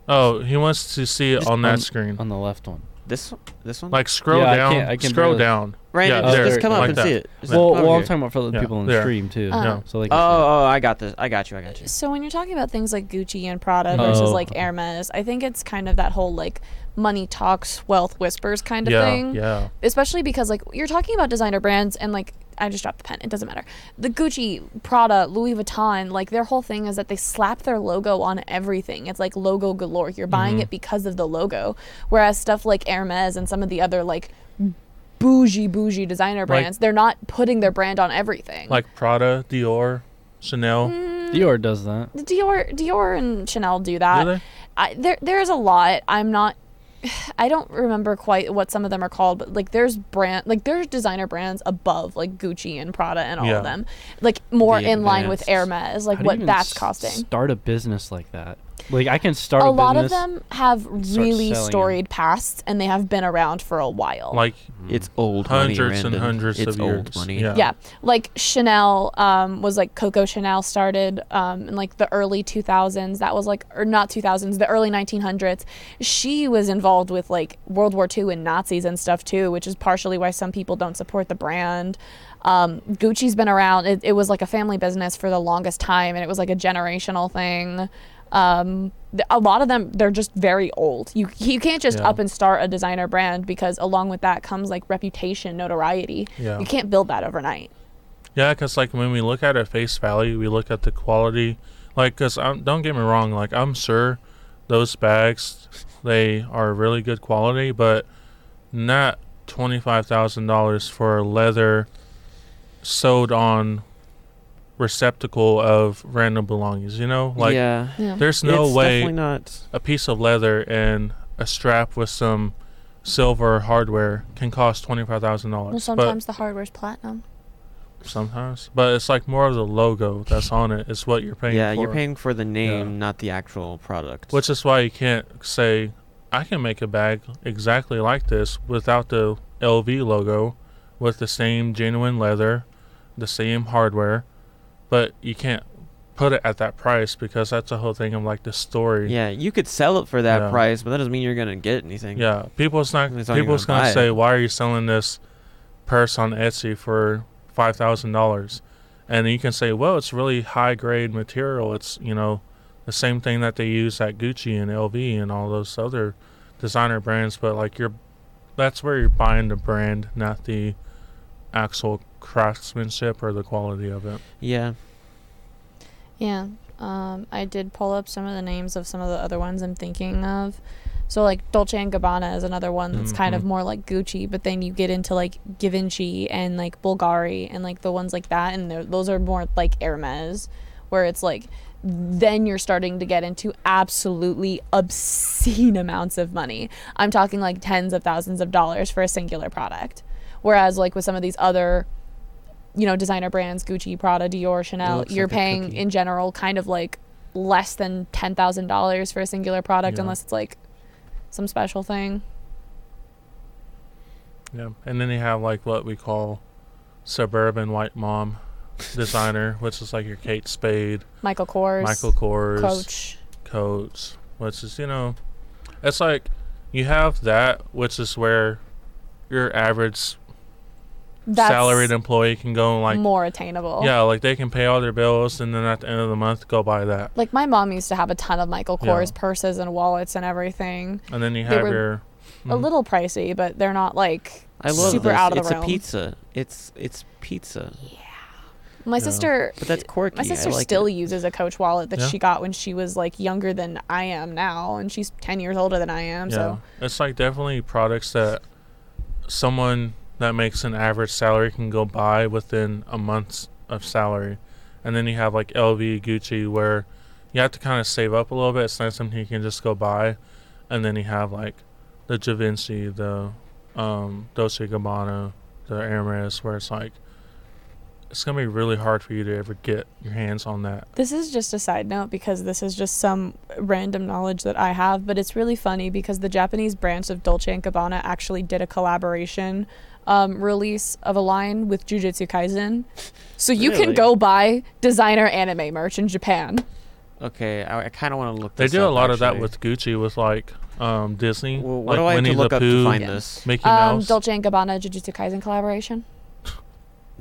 Speaker 4: Oh, he wants to see it
Speaker 3: Just
Speaker 4: on that
Speaker 3: on-
Speaker 4: screen.
Speaker 3: on the left one.
Speaker 2: this this one.
Speaker 4: Like scroll
Speaker 3: Yeah, I
Speaker 4: down,
Speaker 3: can't- I can
Speaker 4: scroll
Speaker 3: barely-
Speaker 4: down.
Speaker 2: Brandon,
Speaker 4: yeah,
Speaker 2: just,
Speaker 3: there,
Speaker 2: just come up
Speaker 4: like
Speaker 2: and
Speaker 4: that.
Speaker 2: see it. Just
Speaker 3: Well,
Speaker 2: over
Speaker 3: well, I'm
Speaker 2: here.
Speaker 3: talking about for the
Speaker 4: Yeah,
Speaker 3: people in the
Speaker 4: there.
Speaker 3: stream too.
Speaker 1: Uh,
Speaker 4: No.
Speaker 3: So like,
Speaker 2: Oh, oh, I got this. I got you. I got you.
Speaker 1: so when you're talking about things like Gucci and Prada versus
Speaker 3: Oh.
Speaker 1: like Hermes, I think it's kind of that whole like money talks, wealth whispers kind of
Speaker 4: Yeah,
Speaker 1: thing.
Speaker 4: yeah.
Speaker 1: Especially because like you're talking about designer brands and like I just dropped the pen. It doesn't matter. The Gucci, Prada, Louis Vuitton, like their whole thing is that they slap their logo on everything. It's like logo galore. You're buying it because of the logo. Whereas stuff like Hermes and some of the other like bougie bougie designer brands, they're not putting their brand on everything.
Speaker 4: Like Prada, Dior, Chanel.
Speaker 3: Mm.
Speaker 1: Hmm.
Speaker 3: Dior does that.
Speaker 1: Dior, Dior and Chanel do
Speaker 4: Do
Speaker 1: that.
Speaker 4: they?
Speaker 1: I, there, there's a lot. I'm not. I don't remember quite what some of them are called, but like there's brand, like there's designer brands above like Gucci and Prada and all
Speaker 4: Yeah.
Speaker 1: of them, like more
Speaker 2: The
Speaker 1: in line with
Speaker 2: advanced.
Speaker 1: Hermes, like
Speaker 3: How do you
Speaker 1: what
Speaker 3: even
Speaker 1: that's
Speaker 3: s-
Speaker 1: costing.
Speaker 3: Start a business like that. Like I can start
Speaker 1: A
Speaker 3: a
Speaker 1: lot of
Speaker 3: business.
Speaker 1: them have
Speaker 3: start
Speaker 1: really
Speaker 3: selling 'em.
Speaker 1: storied pasts, and they have been around for a while.
Speaker 4: Like
Speaker 3: Oh.
Speaker 2: It's old money.
Speaker 4: hundreds and
Speaker 2: Brandon.
Speaker 4: hundreds
Speaker 2: it's
Speaker 4: of
Speaker 2: old
Speaker 4: years.
Speaker 2: money.
Speaker 4: Yeah.
Speaker 1: yeah like chanel um, was like coco chanel started um, in like the early 2000s that was like or not 2000s the early 1900s she was involved with like world war ii and nazis and stuff too which is partially why some people don't support the brand um, gucci's been around it, it was like a family business for the longest time and it was like a generational thing um, th- a lot of them they're just very old you, you can't just
Speaker 4: Yeah.
Speaker 1: up and start a designer brand because along with that comes like reputation notoriety
Speaker 4: Yeah.
Speaker 1: you can't build that overnight.
Speaker 4: Yeah, because like when we look at it face value, we look at the quality. Like, cause I'm, don't get me wrong, like I'm sure those bags they are really good quality, but not twenty five thousand dollars for leather sewed on receptacle of random belongings. You know, like
Speaker 2: yeah.
Speaker 1: Yeah.
Speaker 4: there's no
Speaker 2: it's
Speaker 4: way
Speaker 2: Definitely not.
Speaker 4: a piece of leather and a strap with some silver hardware can cost twenty five thousand dollars.
Speaker 1: Well, sometimes the hardware's platinum.
Speaker 4: sometimes but it's like more of the logo that's on it it's what you're paying
Speaker 2: Yeah,
Speaker 4: for
Speaker 2: you're paying for the name,
Speaker 4: Yeah.
Speaker 2: not the actual product.
Speaker 4: which is why you can't say i can make a bag exactly like this without the lv logo with the same genuine leather the same hardware but you can't put it at that price because that's the whole thing of like the story
Speaker 2: Yeah, you could sell it for that
Speaker 4: Yeah.
Speaker 2: price, but that doesn't mean you're gonna get anything.
Speaker 4: yeah people's not
Speaker 2: It's not even
Speaker 4: people's
Speaker 2: gonna
Speaker 4: gonna
Speaker 2: buy
Speaker 4: say
Speaker 2: it.
Speaker 4: why are you selling this purse on etsy for five thousand dollars and you can say well it's really high grade material it's you know the same thing that they use at gucci and lv and all those other designer brands but like you're that's where you're buying the brand not the actual craftsmanship or the quality of it
Speaker 2: Yeah.
Speaker 1: Yeah. Um, I did pull up some of the names of some of the other ones I'm thinking of. So like Dolce and Gabbana is another one that's kind of
Speaker 4: Mhm.
Speaker 1: more like Gucci, but then you get into like Givenchy and like Bulgari and like the ones like that, and they're- those are more like Hermes, where it's like then you're starting to get into absolutely obscene amounts of money. I'm talking like tens of thousands of dollars for a singular product, whereas like with some of these other you know designer brands gucci prada dior chanel
Speaker 2: looks
Speaker 1: you're
Speaker 2: like a
Speaker 1: paying
Speaker 2: cookie.
Speaker 1: in general kind of like less than $10000 for a singular product
Speaker 4: Yeah.
Speaker 1: unless it's like some special thing
Speaker 4: yeah and then you have like what we call suburban white mom designer which is like your kate spade
Speaker 1: michael kors
Speaker 4: michael kors
Speaker 1: coach
Speaker 4: coats, which is you know, it's like you have that, which is where your average
Speaker 1: that's
Speaker 4: salaried employee can go and like
Speaker 1: more attainable
Speaker 4: yeah, like they can pay all their bills and then at the end of the month go buy that,
Speaker 1: like my mom used to have a ton of michael
Speaker 4: Yeah.
Speaker 1: kors purses and wallets and everything
Speaker 4: and then you
Speaker 1: They
Speaker 4: have
Speaker 1: were-
Speaker 4: your
Speaker 1: a
Speaker 4: Mhm.
Speaker 1: little pricey but they're not like
Speaker 2: Mm-hmm. I love
Speaker 1: super
Speaker 2: this.
Speaker 1: out of the
Speaker 2: it's
Speaker 1: realm
Speaker 2: a pizza. It's it's pizza.
Speaker 1: my
Speaker 4: Yeah.
Speaker 1: sister
Speaker 2: But that's quirky.
Speaker 1: my
Speaker 2: I
Speaker 1: sister
Speaker 2: like
Speaker 1: still
Speaker 2: it.
Speaker 1: uses a coach wallet that
Speaker 4: Yeah.
Speaker 1: she got when she was like younger than i am now and she's 10 years older than i am
Speaker 4: yeah.
Speaker 1: so
Speaker 4: It's like definitely products that someone that makes an average salary can go by within a month's of salary. And then you have like LV, Gucci, where you have to kind of save up a little bit. It's not something you can just go buy. And then you have like the Givenchy, the um, Dolce Gabbana, the Hermes, where it's like it's gonna be really hard for you to ever get your hands on that.
Speaker 1: This is just a side note because this is just some random knowledge that I have, but it's really funny because the Japanese branch of Dolce and Gabbana actually did a collaboration um, release of a line with Jujutsu Kaisen, so you
Speaker 2: Really?
Speaker 1: can go buy designer anime merch in Japan.
Speaker 2: Okay, I, I kind of want to look.
Speaker 4: They
Speaker 2: this
Speaker 4: do a
Speaker 2: up,
Speaker 4: lot of that
Speaker 2: actually.
Speaker 4: with Gucci, with like um, Disney,
Speaker 2: Well, what
Speaker 4: like
Speaker 2: do I have
Speaker 4: Winnie
Speaker 2: to look
Speaker 4: the
Speaker 2: up
Speaker 4: Pooh,
Speaker 2: to find
Speaker 1: Yeah.
Speaker 2: this?
Speaker 4: Mickey
Speaker 1: Um,
Speaker 4: Mouse.
Speaker 1: Dolce and Gabbana Jujutsu Kaisen collaboration,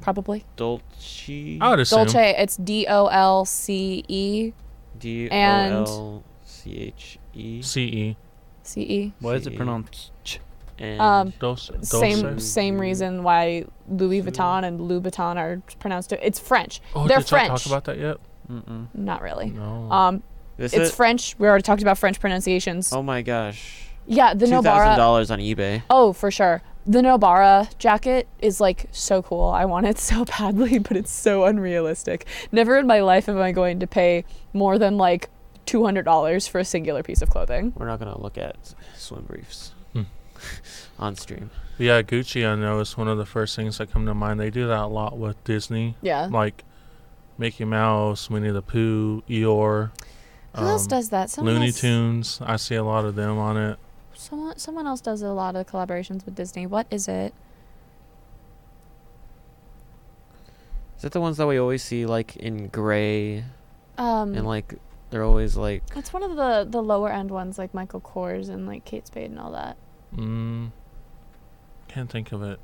Speaker 1: probably.
Speaker 2: Dolce.
Speaker 4: I would assume.
Speaker 1: Dolce, it's D O L C E
Speaker 2: D
Speaker 1: and-
Speaker 2: O L C H E.
Speaker 4: CE.
Speaker 1: C E.
Speaker 3: Why is it
Speaker 2: See.
Speaker 3: pronounced? ch-
Speaker 2: And
Speaker 1: Um,
Speaker 4: Dolce. Dolce.
Speaker 1: Same same reason why Louis
Speaker 2: Sue.
Speaker 1: Vuitton and Louboutin are pronounced. It's French.
Speaker 4: Oh,
Speaker 1: They're
Speaker 4: did
Speaker 1: French.
Speaker 4: y'all talk about that yet?
Speaker 3: Mm-mm.
Speaker 1: Not really.
Speaker 4: No.
Speaker 1: Um,
Speaker 2: this
Speaker 1: it's
Speaker 2: it?
Speaker 1: French. We already talked about French pronunciations.
Speaker 2: Oh my gosh.
Speaker 1: Yeah, the
Speaker 2: Two thousand
Speaker 1: Nobara.
Speaker 2: dollars on eBay.
Speaker 1: Oh, for sure. The Nobara jacket is like so cool. I want it so badly, but it's so unrealistic. Never in my life am I going to pay more than like two hundred dollars for a singular piece of clothing.
Speaker 2: We're not gonna look at swim briefs
Speaker 4: Hmm.
Speaker 2: on stream.
Speaker 4: yeah, Gucci. I know is one of the first things that come to mind. They do that a lot with Disney,
Speaker 1: Yeah.
Speaker 4: like Mickey Mouse, Winnie the Pooh, Eeyore.
Speaker 1: Who else
Speaker 4: um,
Speaker 1: does that? Someone
Speaker 4: Looney
Speaker 1: else-
Speaker 4: Tunes. I see a lot of them on it.
Speaker 1: Someone someone else does a lot of collaborations with Disney. What is it?
Speaker 2: Is that the ones that we always see like in gray
Speaker 1: Um,
Speaker 2: and like they're always like
Speaker 1: That's one of the the lower end ones, like Michael Kors and like Kate Spade and all that.
Speaker 4: Mm, can't think of it.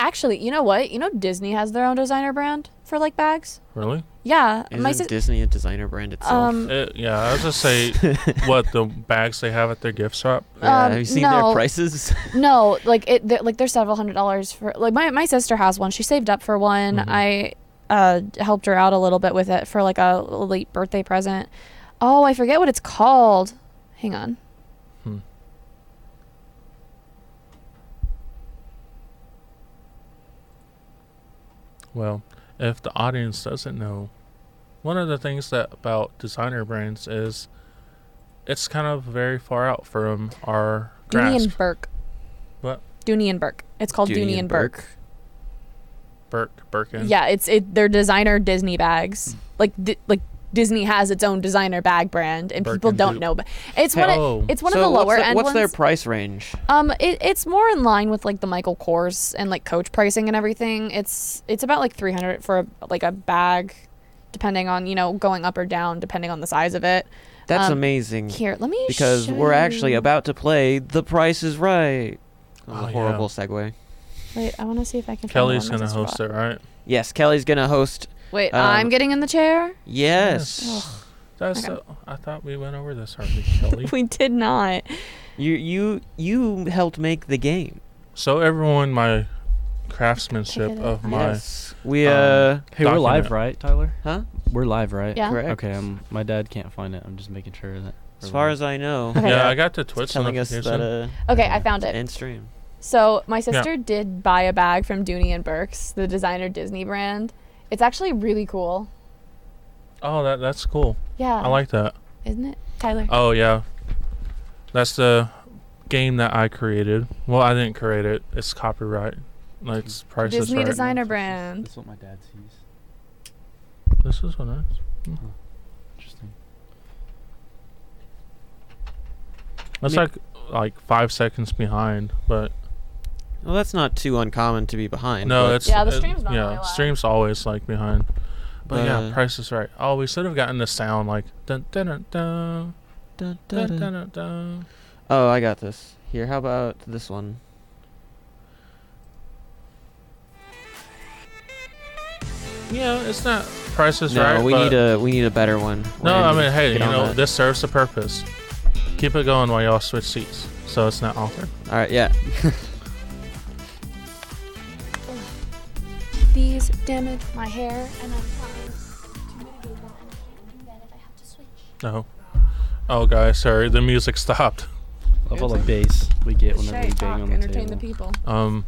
Speaker 1: Actually, you know what? You know Disney has their own designer brand for like bags.
Speaker 4: Really?
Speaker 1: Yeah,
Speaker 2: isn't
Speaker 1: my sis-
Speaker 2: Disney a designer brand itself?
Speaker 1: um,
Speaker 4: It, yeah, I was just say what the bags they have at their gift shop.
Speaker 2: yeah,
Speaker 1: um,
Speaker 2: have you seen
Speaker 1: no.
Speaker 2: their prices?
Speaker 1: no, like it, they're, like they're several hundred dollars for. Like my my sister has one. She saved up for one.
Speaker 2: Mm-hmm.
Speaker 4: Mhm.
Speaker 1: I uh helped her out a little bit with it for like a late birthday present. Oh, I forget what it's called. Hang on.
Speaker 4: Hmm. Well, if the audience doesn't know, one of the things that about designer brands is it's kind of very far out from our
Speaker 1: Dooney
Speaker 4: grasp.
Speaker 1: and Burke.
Speaker 4: What?
Speaker 1: Dooney and Burke. It's called Dooney, and Burke.
Speaker 4: Burke, Birkin.
Speaker 1: Yeah, it's it. They're designer Disney bags.
Speaker 2: Hmm.
Speaker 1: Like di- like Disney has its own designer bag brand, and
Speaker 4: Birkin
Speaker 1: people don't
Speaker 4: boot.
Speaker 1: know. But it's one.
Speaker 4: Oh.
Speaker 1: Of, it's one
Speaker 2: so
Speaker 1: of the
Speaker 2: what's
Speaker 1: lower
Speaker 2: the-
Speaker 1: end
Speaker 2: What's
Speaker 1: ones.
Speaker 2: their price range?
Speaker 1: um, it, it's more in line with like the Michael Kors and like Coach pricing and everything. It's it's about like three hundred for a, like a bag, depending on you know going up or down depending on the size of it.
Speaker 2: That's
Speaker 1: Um,
Speaker 2: amazing.
Speaker 1: Here, let me
Speaker 2: Mm. Because
Speaker 1: show
Speaker 2: we're actually
Speaker 1: you.
Speaker 2: about to play The Price is Right. That was
Speaker 4: Oh,
Speaker 2: a
Speaker 4: yeah.
Speaker 2: horrible segue.
Speaker 1: Wait, I want to see if I can. find the
Speaker 4: Kelly's
Speaker 1: one my
Speaker 4: gonna
Speaker 1: sister
Speaker 4: host
Speaker 1: bought.
Speaker 4: it, right?
Speaker 2: Yes, Kelly's gonna host.
Speaker 1: Wait,
Speaker 2: Um,
Speaker 1: I'm getting in the chair.
Speaker 2: Yes,
Speaker 4: That's
Speaker 1: Okay.
Speaker 4: the- I thought we went over this already, Kelly.
Speaker 1: We did not.
Speaker 2: you you you helped make the game.
Speaker 4: so everyone, my craftsmanship
Speaker 1: Check it
Speaker 4: of
Speaker 1: out.
Speaker 4: my
Speaker 2: Yes, we
Speaker 4: um,
Speaker 2: uh,
Speaker 3: Hey, we're live,
Speaker 4: document.
Speaker 3: right, Tyler?
Speaker 2: huh?
Speaker 3: We're live, right?
Speaker 1: Yeah.
Speaker 2: Correct.
Speaker 3: Okay, um, my dad can't find it. I'm just making sure that.
Speaker 2: As far as I know,
Speaker 1: Okay.
Speaker 4: yeah, I got the
Speaker 2: it's
Speaker 4: Twitch
Speaker 2: telling us
Speaker 4: notification.
Speaker 2: that uh,
Speaker 1: Okay, I found it.
Speaker 2: end stream.
Speaker 1: So my sister did buy a bag from Dooney and Burke's, the designer Disney brand. It's actually really cool.
Speaker 4: oh, that that's cool.
Speaker 1: Yeah.
Speaker 4: I like that.
Speaker 1: isn't it? Tyler.
Speaker 4: Oh yeah, that's the game that I created. Well, I didn't create it. It's copyright. Like it's Price is
Speaker 1: Disney
Speaker 4: Right.
Speaker 1: design- designer brand.
Speaker 3: That's what my dad sees.
Speaker 4: This is so nice.
Speaker 3: Interesting.
Speaker 4: That's
Speaker 2: Yeah.
Speaker 4: like like five seconds behind, but
Speaker 2: Well, that's not too uncommon to be behind.
Speaker 4: no,
Speaker 2: but
Speaker 4: it's
Speaker 1: Yeah, the
Speaker 4: it-
Speaker 1: stream's normally
Speaker 4: yeah,
Speaker 1: live.
Speaker 4: stream's always like behind. But yeah,
Speaker 2: Uh,
Speaker 4: Price is Right. Oh, we should have gotten the sound like dun dun dun dun
Speaker 2: dun, dun,
Speaker 4: dun
Speaker 2: dun.
Speaker 4: dun dun. dun.
Speaker 2: Oh, I got this. Here, how about this one?
Speaker 4: Yeah, it's not Price is
Speaker 2: no,
Speaker 4: Right.
Speaker 2: we
Speaker 4: but
Speaker 2: need a we need a better one.
Speaker 4: No, I mean, hey, you
Speaker 2: get on
Speaker 4: know,
Speaker 2: that.
Speaker 4: this serves a purpose. Keep it going while y'all switch seats, so it's not awkward.
Speaker 2: All right, yeah.
Speaker 5: These damage my hair, and I'm trying to mitigate that, and I can't do that if I have to switch.
Speaker 4: No. Oh, guys, sorry, the music stopped.
Speaker 3: of all the bass we get whenever we
Speaker 1: Shay,
Speaker 3: bang
Speaker 1: talk,
Speaker 3: on the
Speaker 1: entertain
Speaker 3: table.
Speaker 1: the people.
Speaker 4: Um,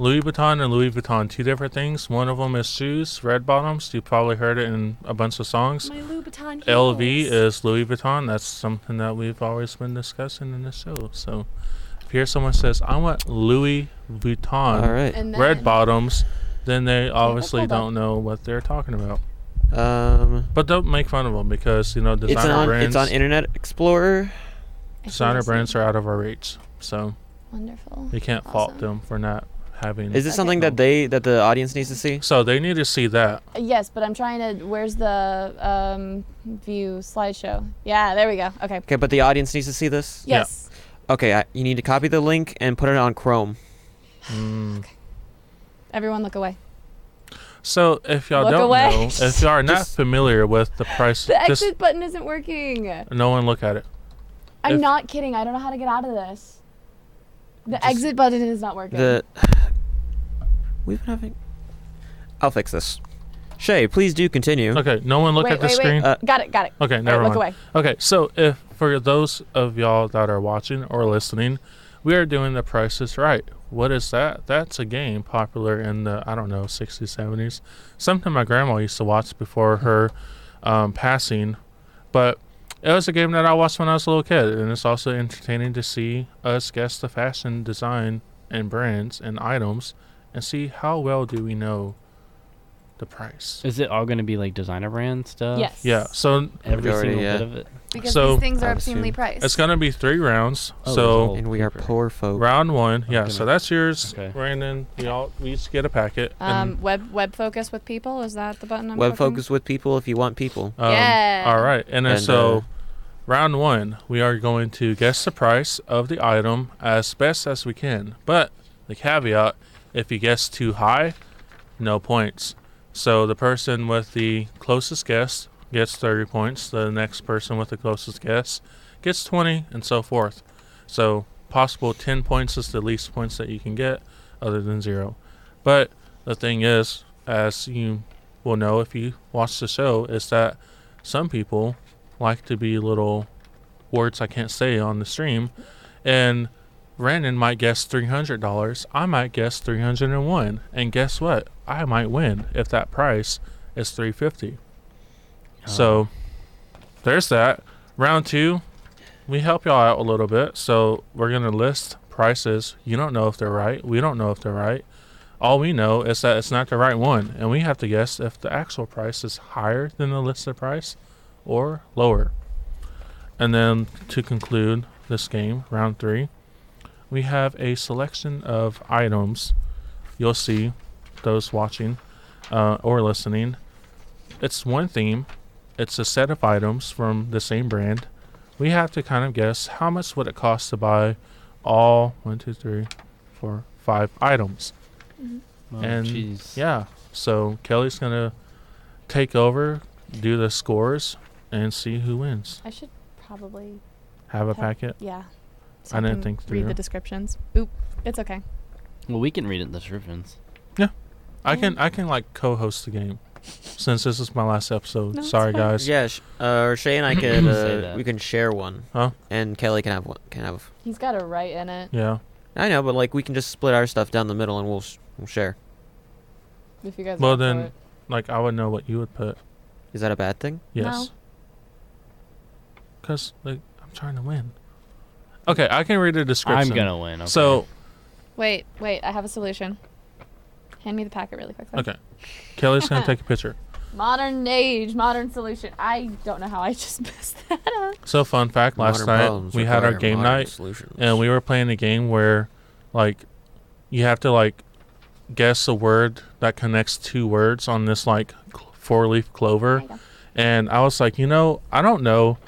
Speaker 4: Louis Vuitton and Louis Vuitton, two different things. One of them is shoes, red bottoms. You probably heard it in a bunch of songs.
Speaker 1: My Louboutin
Speaker 4: LV is Louis Vuitton. That's something that we've always been discussing in the show. So if you hear someone says, I want Louis Vuitton
Speaker 2: All right.
Speaker 4: red bottoms, then they obviously
Speaker 1: hold on.
Speaker 4: don't know what they're talking about.
Speaker 2: Um,
Speaker 4: But don't make fun of them because, you know,
Speaker 2: it's
Speaker 4: designer
Speaker 2: on it's
Speaker 4: brands
Speaker 2: on Internet Explorer.
Speaker 4: designer brands are out of our reach. So
Speaker 5: Wonderful.
Speaker 4: you can't
Speaker 5: Awesome.
Speaker 4: fault them for not having
Speaker 2: Is this
Speaker 1: Okay.
Speaker 2: something that they that the audience needs to see?
Speaker 4: So they need to see that.
Speaker 1: Uh, Yes, but I'm trying to. Where's the um, view slideshow? Yeah, there we go. Okay.
Speaker 2: Okay, but the audience needs to see this.
Speaker 4: Yeah.
Speaker 1: Yes.
Speaker 2: Okay, I, you need to copy the link and put it on Chrome.
Speaker 4: Mm.
Speaker 1: Everyone, look away.
Speaker 4: So if y'all
Speaker 1: Look
Speaker 4: don't
Speaker 1: away.
Speaker 4: know, if y'all are not
Speaker 2: Just-
Speaker 4: familiar with the price,
Speaker 1: The
Speaker 4: just
Speaker 1: exit button isn't working.
Speaker 4: no one look at it.
Speaker 1: I'm
Speaker 4: If-
Speaker 1: not kidding. I don't know how to get out of this. The
Speaker 4: Just-
Speaker 1: exit button is not working.
Speaker 2: The we've been having. I'll fix this. Shay, please do continue.
Speaker 4: Okay, no one look
Speaker 1: wait,
Speaker 4: at the
Speaker 1: wait,
Speaker 4: screen.
Speaker 1: Wait.
Speaker 2: Uh,
Speaker 1: got it. Got it.
Speaker 4: okay, never
Speaker 1: Alright,
Speaker 4: mind.
Speaker 1: look away.
Speaker 4: Okay, so if for those of y'all that are watching or listening, we are doing the Price is Right. What is that? That's a game popular in the I don't know 60s, 70s. Something my grandma used to watch before her um, passing, but it was a game that I watched when I was a little kid, and it's also entertaining to see us guess the fashion, design, and brands and items, and see how well do we know the price.
Speaker 3: Is it all going to be like designer brand stuff?
Speaker 1: Yes.
Speaker 4: Uh, Yeah, so
Speaker 3: Every
Speaker 2: Majority,
Speaker 3: single
Speaker 2: yeah.
Speaker 3: bit of it.
Speaker 5: Because
Speaker 4: So-
Speaker 5: these things are
Speaker 2: I've
Speaker 5: obscenely
Speaker 2: seen-
Speaker 5: priced.
Speaker 4: it's gonna be three rounds.
Speaker 3: Oh,
Speaker 4: so.
Speaker 3: it's all
Speaker 2: And we are
Speaker 3: paper.
Speaker 2: poor folk.
Speaker 4: Round one, yeah.
Speaker 3: Okay.
Speaker 4: So that's yours,
Speaker 3: Okay.
Speaker 4: Brandon. We all we each get a packet.
Speaker 1: Um, web web focus with people is that the button? I'm
Speaker 2: Web
Speaker 1: clicking?
Speaker 2: focus with people if you want people.
Speaker 4: um,
Speaker 1: yeah.
Speaker 4: All right, and then
Speaker 2: And,
Speaker 4: so
Speaker 2: uh,
Speaker 4: round one, we are going to guess the price of the item as best as we can. But the caveat: if you guess too high, no points. So the person with the closest guess gets 30 points. The next person with the closest guess gets 20, and so forth. So possible 10 points is the least points that you can get, other than zero. But the thing is, as you will know if you watch the show, is that some people like to be little words I can't say on the stream, and Brandon might guess three hundred dollars. I might guess three hundred and one, and guess what? I might win if that price is three fifty. So there's that. Round two, we help y'all out a little bit. So we're gonna list prices. You don't know if they're right. We don't know if they're right. All we know is that it's not the right one, and we have to guess if the actual price is higher than the listed price or lower. And then to conclude this game, round three, we have a selection of items. You'll see those watching uh, or listening. It's one theme, it's a set of items from the same brand. We have to kind of guess how much would it cost to buy all one, two, three, four, five items.
Speaker 3: Oh,
Speaker 4: And,
Speaker 3: jeez.
Speaker 4: Yeah. So Kelly's gonna take over, do the scores, and see who wins.
Speaker 1: I should probably
Speaker 4: Have a
Speaker 1: Okay.
Speaker 4: packet.
Speaker 1: yeah.
Speaker 4: I didn't
Speaker 1: can
Speaker 4: think
Speaker 1: Read
Speaker 4: through.
Speaker 1: the descriptions. Oop. It's okay.
Speaker 3: Well, we can read it in the descriptions.
Speaker 4: I can I can like co-host the game, since this is my last episode.
Speaker 1: No, it's
Speaker 4: Sorry
Speaker 1: fine.
Speaker 4: guys.
Speaker 2: Yeah, sh- uh, or Shay and I could
Speaker 3: Say
Speaker 2: uh,
Speaker 3: that.
Speaker 2: we can share one.
Speaker 4: Huh?
Speaker 2: And Kelly can have one. Can have.
Speaker 1: He's got a right in it.
Speaker 4: Yeah.
Speaker 2: I know, but like we can just split our stuff down the middle and we'll sh- we'll share.
Speaker 1: If you guys.
Speaker 4: Well
Speaker 1: vote for
Speaker 4: then,
Speaker 1: it.
Speaker 4: like I would know what you would put.
Speaker 2: Is that a bad thing?
Speaker 4: Yes. Cause like I'm trying to win. Okay, I can read the description.
Speaker 3: I'm gonna win. Okay.
Speaker 4: So
Speaker 1: Wait, wait. I have a solution. Hand me the packet really quickly.
Speaker 4: okay, Kelly's gonna take a picture.
Speaker 1: Modern age, modern solution. I don't know how I just messed that up.
Speaker 4: So fun fact: last
Speaker 2: Modern
Speaker 4: night
Speaker 2: problems
Speaker 4: we had our
Speaker 2: require
Speaker 4: game
Speaker 2: modern
Speaker 4: night,
Speaker 2: solutions.
Speaker 4: and we were playing a game where like you have to like guess a word that connects two words on this like cl- four leaf clover
Speaker 1: There you go.
Speaker 4: and i was like you know i don't know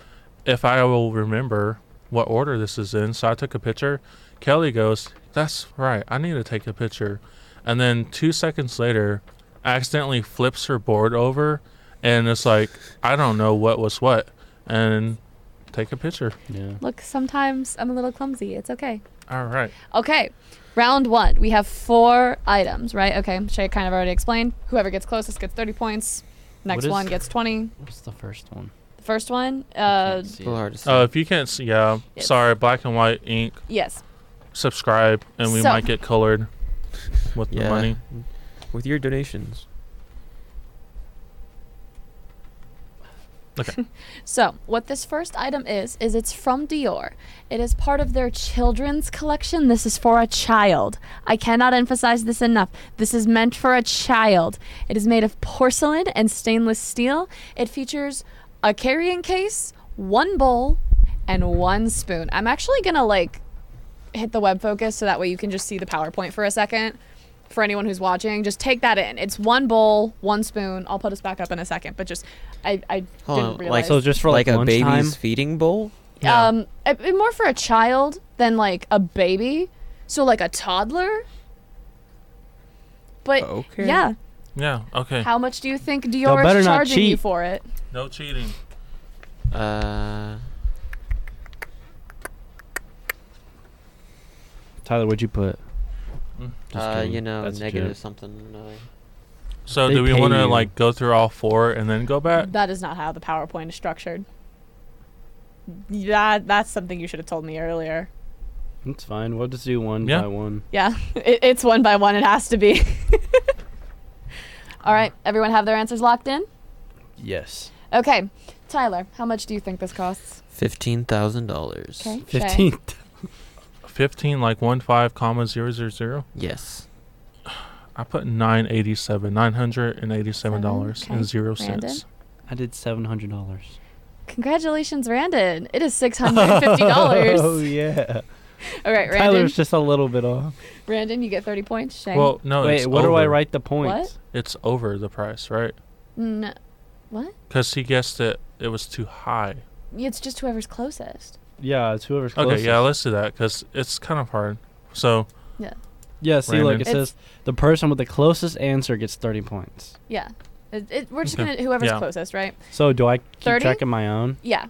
Speaker 4: if i will remember what order this is in so i took a picture kelly goes that's right i need to take a picture and then two seconds later accidentally flips her board over and it's like i don't know what was what and take a picture
Speaker 3: yeah.
Speaker 1: Look, sometimes I'm a little clumsy. It's okay.
Speaker 4: all right
Speaker 1: Okay, round one. We have four items, right? Okay, Shay kind of already explained. Whoever gets closest gets 30 points. Next
Speaker 3: is-
Speaker 1: one gets 20.
Speaker 3: What's the first one?
Speaker 1: First one,
Speaker 3: I
Speaker 1: uh,
Speaker 3: can't see
Speaker 2: It's a little
Speaker 3: it.
Speaker 2: hard to see.
Speaker 4: Uh, if you can't see, yeah,
Speaker 1: Yes.
Speaker 4: sorry, black and white ink.
Speaker 1: yes.
Speaker 4: Subscribe, and we
Speaker 1: So-
Speaker 4: might get colored with the
Speaker 2: yeah.
Speaker 4: money.
Speaker 2: With your donations.
Speaker 1: So, what this first item is, is it's from Dior. It is part of their children's collection. This is for a child. I cannot emphasize this enough. This is meant for a child. It is made of porcelain and stainless steel. It features a carrying case, one bowl, and one spoon. I'm actually going to like hit the web focus so that way you can just see the PowerPoint for a second. For anyone who's watching, just take that in. It's one bowl, one spoon. I'll put us back up in a second, but just I, I
Speaker 2: Hold
Speaker 1: didn't
Speaker 2: on, like,
Speaker 1: realize.
Speaker 3: So just for like,
Speaker 2: a
Speaker 3: lunchtime,
Speaker 2: baby's feeding bowl?
Speaker 4: Yeah.
Speaker 1: um I- I- more for a child than like a baby so like a toddler but
Speaker 4: Oh,
Speaker 3: Oh,
Speaker 2: Okay.
Speaker 1: yeah
Speaker 4: Yeah. Okay.
Speaker 1: how much do you think
Speaker 3: Y'all
Speaker 1: dior
Speaker 3: better
Speaker 1: is
Speaker 3: not
Speaker 1: charging you
Speaker 3: cheat.
Speaker 1: for it
Speaker 4: No cheating.
Speaker 2: Uh,
Speaker 3: Tyler, what'd you put?
Speaker 4: Mm.
Speaker 3: Just
Speaker 2: uh
Speaker 3: kidding.
Speaker 2: you know,
Speaker 3: That's a
Speaker 2: negative
Speaker 3: joke.
Speaker 2: something. Uh,
Speaker 4: So
Speaker 3: They
Speaker 4: do we
Speaker 3: pay
Speaker 4: want to
Speaker 3: you.
Speaker 4: like go through all four and then go back?
Speaker 1: that is not how the powerpoint is structured that that's something you should have told me earlier
Speaker 3: It's fine. We'll just do one
Speaker 4: Yeah.
Speaker 3: by one.
Speaker 1: yeah it, it's one by one it has to be all right everyone have their answers locked in
Speaker 3: Yes.
Speaker 1: okay tyler how much do you think this costs
Speaker 2: $15,000.
Speaker 1: okay Shay.
Speaker 3: Fifteenth.
Speaker 4: Fifteen, like one five comma zero zero zero.
Speaker 2: Yes.
Speaker 4: I put nine eighty seven, nine hundred and eighty seven dollars
Speaker 1: Seven, okay.
Speaker 4: and zero
Speaker 1: Brandon?
Speaker 4: cents.
Speaker 3: I did seven hundred dollars.
Speaker 1: congratulations randon it is $650
Speaker 3: oh yeah.
Speaker 1: All right, Randon.
Speaker 3: Tyler's just a little bit off.
Speaker 1: Randon, you get 30 points. Shane.
Speaker 4: Well, no.
Speaker 3: Wait,
Speaker 4: it's
Speaker 3: what do I
Speaker 4: over.
Speaker 3: write the points?
Speaker 4: It's over the price, right?
Speaker 1: N- what?
Speaker 4: Because he guessed that it was too high.
Speaker 1: It's just whoever's closest.
Speaker 3: Yeah, it's whoever's
Speaker 4: Okay,
Speaker 3: closest.
Speaker 4: yeah, let's do that because it's kind of hard. So
Speaker 3: Yeah, see, like
Speaker 4: Brandon.
Speaker 3: it
Speaker 1: It's-
Speaker 3: says, the person with the closest answer gets thirty points.
Speaker 1: Yeah. It, it, we're just
Speaker 4: Okay.
Speaker 1: going to, whoever's
Speaker 4: Yeah.
Speaker 1: closest, right?
Speaker 3: So do I keep
Speaker 1: 30?
Speaker 3: track of my own?
Speaker 1: Yeah.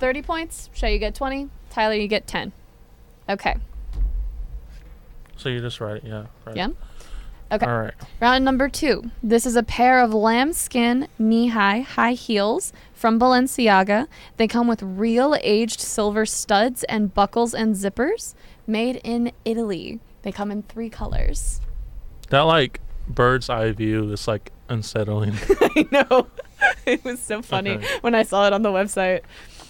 Speaker 1: 30 points. Shay, you get 20. Tyler, you get 10. Okay.
Speaker 4: so you just write it, yeah. Right.
Speaker 1: Yeah. Okay.
Speaker 4: All right.
Speaker 1: Round number two. This is a pair of lambskin knee high high heels from Balenciaga. They come with real aged silver studs and buckles and zippers made in Italy. They come in three colors.
Speaker 4: That like bird's eye view is like unsettling.
Speaker 1: I know. it was so funny
Speaker 4: Okay.
Speaker 1: when I saw it on the website.